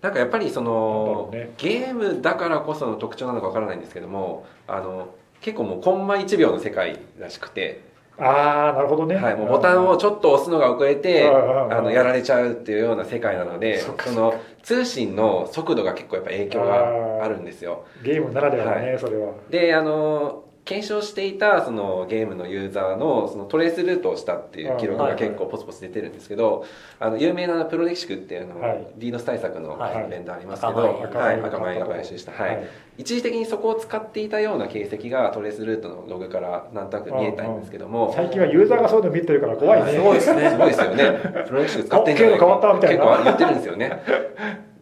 なんかやっぱりそ
な
の、
んだろうね
ゲームだからこその特徴なのかわからないんですけどもあの結構もうコンマ1秒の世界らしくて、
ああなるほどね、
はい、もうボタンをちょっと押すのが遅れて、
うん
あのやられちゃうっていうような世界なので
そ
そ
っか
の通信の速度が結構やっぱ影響があるんですよ
ゲームならではだね、それは
であの検証していたそのゲームのユーザーのそのトレースルートをしたっていう記録
はいはい
が結構ポツポツ出てるんですけど、あの有名なプロデキシクっていうあの、
はい
リードス対策の
はい
ベンダーありますけど、
赤米
はい、赤米が買収した、はい、一時的にそこを使っていたような形跡がトレースルートのログからなんとなく見えたんですけども、
最近はユーザーがそういうの見てるから怖いね、
すごいですね
すごいですよね。プロレス使ってんじゃない
あ経路変わったみたいな
結構言ってるんですよね。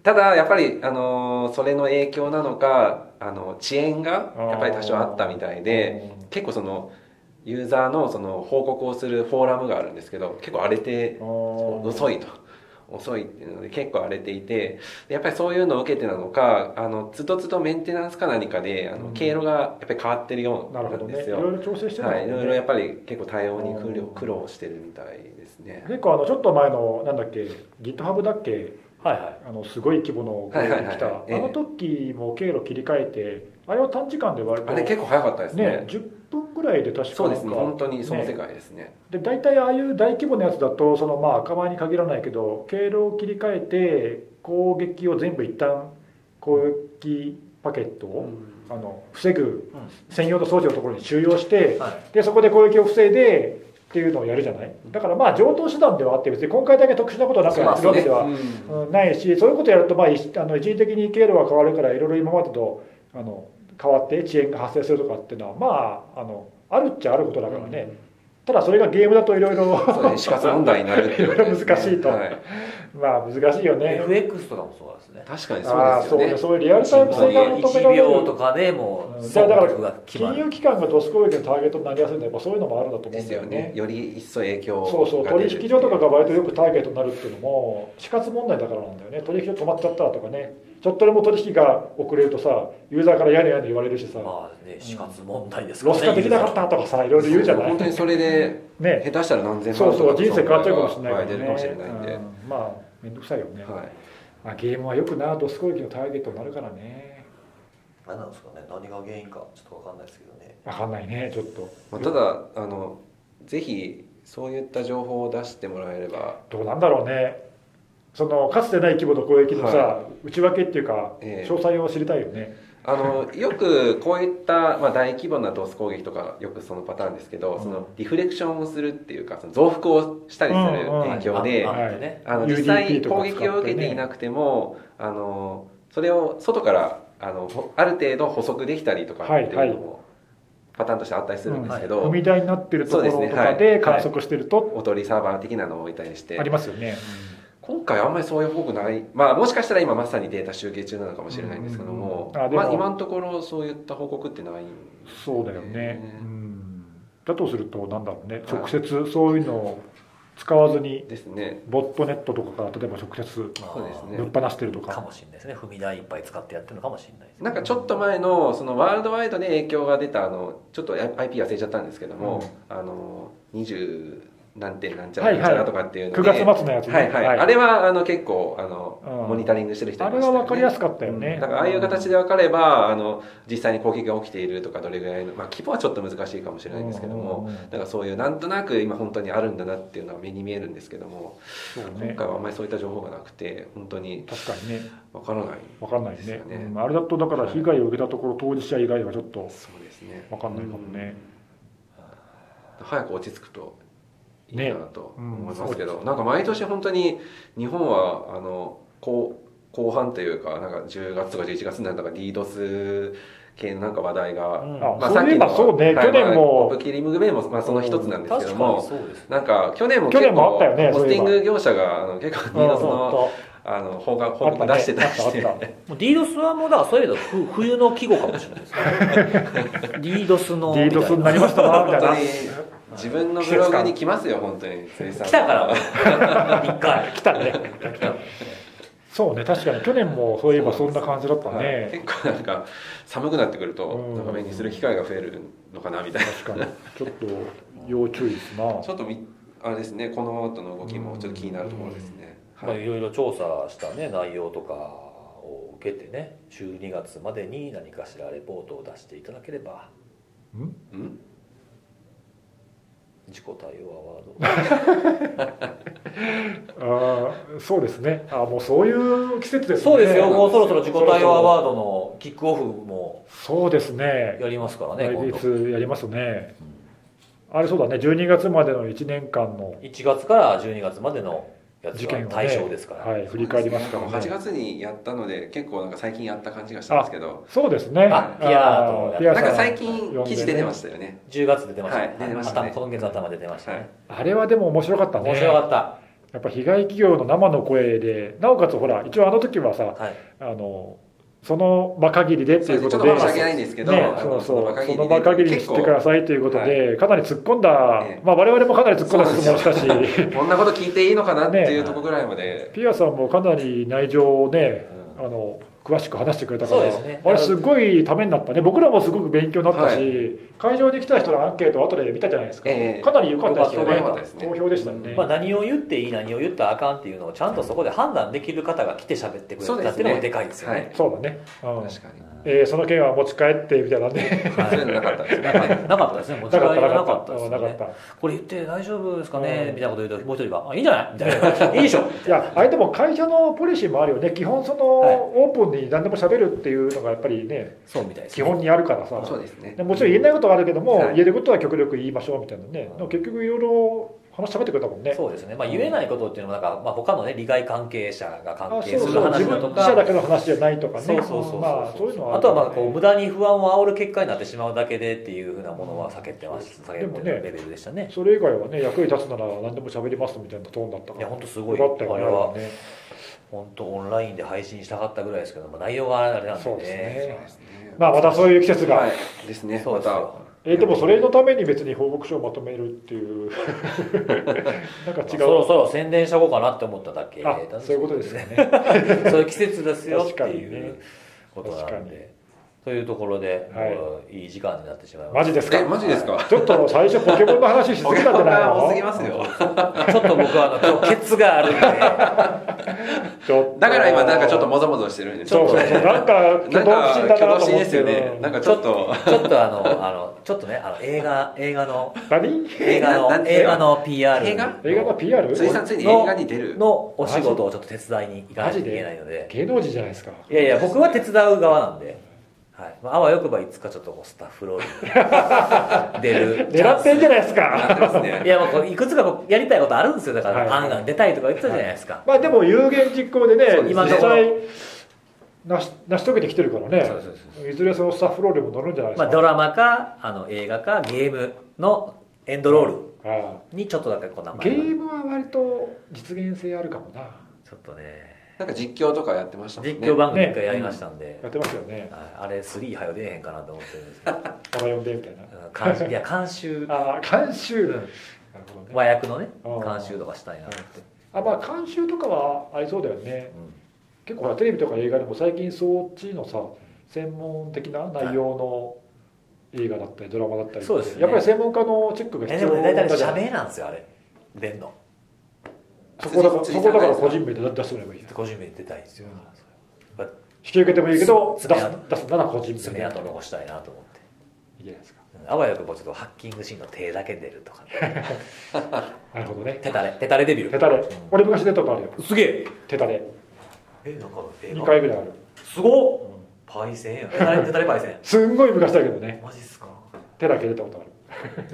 ただやっぱり、あのーそれの影響なのか、あの遅延がやっぱり多少あったみたいで
あー
結構そのユーザーのその報告をするフォーラムがあるんですけど結構荒れて
ー
遅いと遅いっていうので結構荒れていてでやっぱりそういうのを受けてなのかあのつどつどメンテナンスか何かであ
う
の
ん
経路がやっぱり変わってるよう
なるほ
な
ど
ん
ね
で
い
すよ、
ろいろ調整してるんだ
は
も
い、
ん
い
ね
ろいろやっぱり結構対応に
う
苦慮
ん
苦労してるみたいですね
結構あのちょっと前のなんだっけ GitHub だっけ
はいはい
あのすごい規模の攻撃が来た、
はいはいはいはい
あの時も経路切り替えてあれは短時間で割と
あれ結構早かったですね
ね10分ぐらいで確か
そうですね
なんか
本当にその世
ね
界ですね
で大体ああいう大規模なやつだとそのまあ赤前に限らないけど経路を切り替えて攻撃を全部一旦攻撃パケットを、あの防ぐ専用の装置のところに収容して、
は
でそこで攻撃を防いでっていうのをやるじゃないだからまあ上等手段ではあって別に今回だけ特殊なことはなくやってるわけでは
うん
うんないしそういうことやるとまあ一あの一時的に経路が変わるからいろいろ今までとあの変わって遅延が発生するとかっていうのはまああのあるっちゃあることだからね、ただそれがゲームだといろいろ
そうね死活問題になるっていうことですね
(laughs) 難しいと
はい
(laughs) まあ難しいよ
い、
ね
FX とかもそうですね
確かに
ああ
そ
そうう
で
ね
すよね
そういうリアルタイム性が求めら
1
れる
秒とかでもう
うんだからだ
損
か
得
ら
が決ま
金
る
融機関がドス攻撃のターゲットになりやすいのはやっぱそういうのもあるんだと思う
で
ん
す
だ
よ
よ
ね
ね
より一層影響
そうそう
が出る
取引所とかが割とよくターゲットになるっていうのも死活問題だからなんだよね取引所止まっちゃったらとかねちょっとでも取引が遅れるとさユーザーからやれやれ言われるしさ
まあね死活問題です
ロス化できなかっ
ユーザー
たとかさいろいろ言うじゃない
本当にそれで
(laughs)
下
ね
手したら何千万
そうそう
とか
人生変わっちゃうかもしれない
はい出るかもしれないんで、
うんまあ面倒くさいよね、
はい
まあ、ゲームはよくなドス攻撃のターゲットになるからね
あれなんですかね何が原因かちょっとわかんないですけどね
わかんないねちょっと
まあ、ただあのぜひそういった情報を出してもらえれば、
どうなんだろうねそのかつてない規模の攻撃のさ、
は
内訳っていうか、
ええ
詳細を知りたいよね
あのよくこういった、まあ、大規模なドス攻撃とかよくそのパターンですけど、
うん
そのリフレクションをするっていうかその増幅をしたりする
うんうん
影響で、
あ
はい
あね
あの
UDP
実際
とか
攻
使ってね
撃を受けていなくても、あのそれを外からあのほある程度補足できたりとかっていうのもパターンとしてあったりするんですけど、
踏み台になってるところ
そうで
と
すねは
か
い
で観測してると、
おとりサーバー的なのを置いたりして
ありますよね、
今回あんまりそういう報告ない、まあ、もしかしたら今まさにデータ集計中なのかもしれないんですけども,、
うんうんうんあでも
まあ、今のところそういった報告ってないん
そうだよね、
ね
うんだとするとなんだろうね、
い
直接そういうのを使わずに
ですね
ボットネットとかから例えば直接
そうですね
ぶっ放してると
か
か
もしれないですね踏み台いっぱい使ってやってるのかもしれないですね
なんかちょっと前のそのワールドワイドで影響が出たあのちょっと IP 忘れちゃったんですけども、あの20何点なんちゃらなんちゃらとかっていうので、
9月末のやつね
はいはい、
はい
あれはあの結構あの、
うん
モニタリングしてる人
あ
いま
れ
した
は
よ
分
ね
かりやすかったよね、
だからああいう形で分かれば、あの実際に攻撃が起きているとかどれぐらいの、まあ、規模はちょっと難しいかもしれないんですけども、
うんうんうん
だからそういうなんとなく今本当にあるんだなっていうのは目に見えるんですけども、
そう
今
ね
回はあんまりそういった情報がなくて本当に
確かにね
分からない
分かんないね
ですよね
うんあれだとだから被害を受けたところ当事者以外はちょっと
そうですね
分かんないかもね、
うん早く落ち着くといいなと思いますけ
ね
ど、
うん
なんか毎年本当に日本はあの後後半というかなんか10月とか11月になるとか DDoS 系のなんか話題が、
うん
あ
まあ、
そ
さっ
う
き
いえ
の
ばそうね、
はい
去年
ま
も
あポップキリムグメも、まあ、その一つなんです
確
け
か
ど
に
も、
そうですね
なんか去年も
去
結
年もあ
構
ったよね
ホスティン
そうい
グ業者があの結構ニードスのあの報告報告出してたりして、
あったね
もう DDoS はもうだからそういう意味ではふ冬の季語かもしれ
(laughs)
ないですね DDOS の
ディードスになりましたなみた
本
いな
当に自分のブログに来ますよ本当に辻さん
来たから一回
来たねそうね確かに去年もそういえばそんな感じだった
はい
ね
結構なんか寒くなってくると
うん
なんか目にする機会が増えるのかなみたいな
確かにちょっと要注意ですな
(laughs) ちょっとみあれですねこの後の動きもちょっと気になるところですね、
まあ、
はい
いろいろ調査した、ね、内容とかを受けてね12月までに何かしらレポートを出していただければ
ん
うん
自己対応アワー
あーそうですねあーもうそういう季節で
ド
すね
(laughs) そうですよもうそろそろ自己対応アワードのキックオフも
そうですね
やりますからね
来
今度
月やりますねあれそうだね12月までの1年間の
1月から12月までのやつ
事件
が
を、ね、
対象ですから、
はい、振り返りますか
なんから8
ね
月にやったので結構なんか最近やった感じがしたんですけど
そうですね
あピアー
あ
と
ーピアー
な
さ
ん
ん
か最近記事出てましたよね。
10月出てましたね、
はい出てましたね
頭今月頭出てましたね、
はい
あれはでも面白かったね
面白かった
やっぱ被害企業の生の声でなおかつほら一応あの時はさ
はい
あのその場限りでっていうこと
ちょ
で
っと申し訳ないんですけど、
ね
あの
そうそうそ
で
の場限りに知ってくださいということで、かなり突っ込んだ、
ええ
まあ我々もかなり突っ込んだ質問をした
そ
し (laughs)
うなん結構こんなこと聞いていいのかなっていうところぐらいまで、
ピアさんもかなり内情をね、あの詳しく話してくれたから、
そうですね
あれすごいためになったね僕らもすごく勉強になったし、会場に来た人のアンケートを後で見たじゃないですか、
ええ
かなり良かったですよね
良かったですね
好評でしたね、
まあ、何を言っていい何を言ったらあかんっていうのをちゃんとそこで判断できる方が来て喋ってくれたっていうのもでかいですよね
はい
そうだね、うん
確かに、
えーその件は持ち帰ってみたいなんで
そういうのなかったですね
なかなかったですね持
な
ち帰り
かった
は
な
な
か
か
っ
ったたで
(laughs)
す
な
よ
かった
ねこれ言って大丈夫ですか
うん
ねみたいなこと言うともう一人が「あいいんじゃない?」みた (laughs) いな「いいでしょ」みた
い
いな
やあれでも会社のポリシーもあるよね基本その、
はい
オープンに何でも喋るっていうのがやっぱりね
そうみたいです
基
ね
本にあるからさ、
そうですね
でもちろん言えないことはあるけども、
はい
言えることは極力言いましょうみたいなね、
うん
でも結局いろいろ話し喋ってくれたもんね
そうですね、まあ、言えないことっていうのもなんか、まあ、他のね利害関係者が関
あ
係
そう
す
そう
る話
自
だ
分
と
自
か
社だけの話じゃないとかね
そうそうそうそう
まあ、そういうのは
あとはまあ
るよ
こう
ね
無駄に不安を煽る結果になってしまうだけでっていうふうなものは避けてます避けてるレベルでしたね
それ以外はね役に立つなら何でも喋りますみたいなトーンだったか
いや
ら
本当すごい
よかったよ
あ
ね
れは
ね
本当オンラインで配信したかったぐらいですけど、まあ、内容があれなんで
そう
ね
ですね
そうですね
まあまたそういう季節が、
はいですね
そうですよ
ま
えーでもそれのために別に報告書をまとめるっていう (laughs) なんか違、
まあそうろそろ宣伝しとこうかなって思っただけ
あ
なんです
そういうこ
けど
とですよね
(laughs) そういう季節ですよって
確かに
い
ね
うことな
確
ん
かに
で。というところで、
はい
もういい時間になってしまいま
マ
し
ジです
たえ
か
マジですか
ちょっと最初ポケモンの話しすぎた
(laughs) ポ
んじ
ケ
ゃないの
モンが多すぎますよ
た。ちょっと僕はあの今日ケツがあるんで、
ちょっと
だから今なんかちょっともぞもぞしてるんです
そうそうそうなんか
なん
挙動不審
か
だ
挙
な
動
と
不審
思
で
っ
す
て
よねなんかち
ちょ
ょ
っ
っ
と
と
ちょっとあのあのちょっとねあの映画映画の
何
映画
な
の
んて
映画の PR
映画
映画の PR?
辻さんついに映画に出る
のお仕事をちょっと手伝いに行かないといけないので、
芸能人じゃないですか
いやいや僕は手伝う側なんで。はいまあ、あわよくばいつかちょっとこうスタッフロールに出るチ
(laughs) 狙
ャン
っ
ス
てんじゃないです
な (laughs) って
か
ますね
いやもうこういくつかこうやりたいことあるんですよだか
はい
ら案が出たいとか言ってたじゃないですか、
まあでも有言実行でね
そうです
ね
実際なし成し遂げてきてるからね
そうですそうです
いずれそのスタッフロールも乗るんじゃないです
ま
か、
あ、ドラマかあの映画かゲームのエンドロール
あ
にちょっとだけこう名
あゲ
前
ー
を
ムは割と実現性あるかもな
ちょっとね
なんか実況とかやってましたもんね
実況番組一回やりましたんで、
やってますよね
はいあれ3はよ出えへんかなと思ってるんですけど
この読んでみたいな
うん監修いや監修
ああ監修、
うん
なるほどね、
和訳のね
あー
監修とかしたいなって、
あまあ監修とかはありそうだよね
うん
結構ほらテレビとか映画でも最近そっちのさ専門的な内容の映画だったりドラマだったり
そうですね
やっぱり専門家のチェックが
え
必
で
要
もね大体ね
だじゃ
社
ん
名なんですよあれ出んの
そこだからそ
辻さん
こだから個人名で出してもらえばいいや
個人名出たいんですよ、それは
引き受けてもいいけど出す
爪痕
出すなら個人名で
爪痕残したいなと思って
いいじゃないですか
うんあわよくばちょっとハッキングシーンの手だけ出るとか、
(laughs) なるほどね
手たれ手たれデビュー
手たれ俺昔出たことあるよ
すげえ
手たれ
えなんか映
2
画
回ぐらいある
すごっ、パイセンや手たれ手たれパイセン
すんごい昔だけどね
マジっすか
手だけ出たことある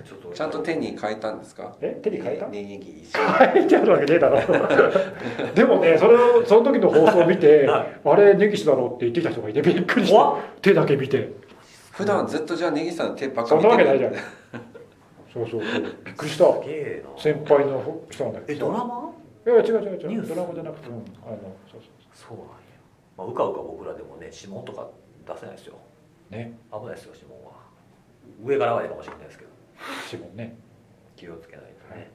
ちょっと
ちゃんと手に変えたんですか
え手に変えた
ねねぎ石
書いてあるわけねえ
(laughs)
だろでもねそれをその時の放送を見て、
はい
あれ根岸だろうって言ってきた人がいてびっくりし
怖
た
っ
手だけ見て
普段ずっとじゃあネギさんの手ばっか
そん
見
なわけ
て
ないじゃ
る
んそうそうそうびっくりした
すげえな
先輩の人なんだけ
えド
ど
ラマ
いや違う違う
ニ
違
ュー
う
ス
ドラマじゃなくて、うんあのそうそうそ
そうなんや、まあ、うかうか僕らでもね指紋とか出せないですよ
うね
危ないですよ指紋は上からはいいかもしれないですけど
指紋ね
気をつけないと
はい
ね、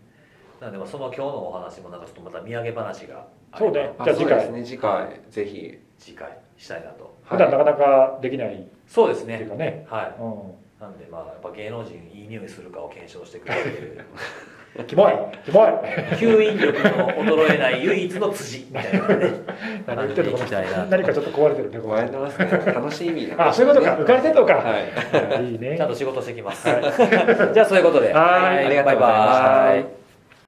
なのでまあその今日のお話もなんかちょっとまた土産話があ
そ
れ
う
ば
ね
あ
じゃあ
そ
次
うで
回、
すね次回ぜひ
次回したいなと
普段なかなかできないって
そうです
いう
ね
かね、
はい
うん
なんでまあやっぱ芸能人いい匂いするかを検証してくれる
キモいキ
(laughs)
モい
吸引力の衰えない唯一の辻みたいな
(laughs)
ね
何言ってんのこの
行きたいな
人何かちょっと壊れてるねこ
ごめ
れ
んなさい楽しい意味なんですね
あそういうことか浮かれてんのか、
はい
い、いね
ちゃんと仕事してきます、じゃあそういうことで
はい
ありがとうございました
バイバイ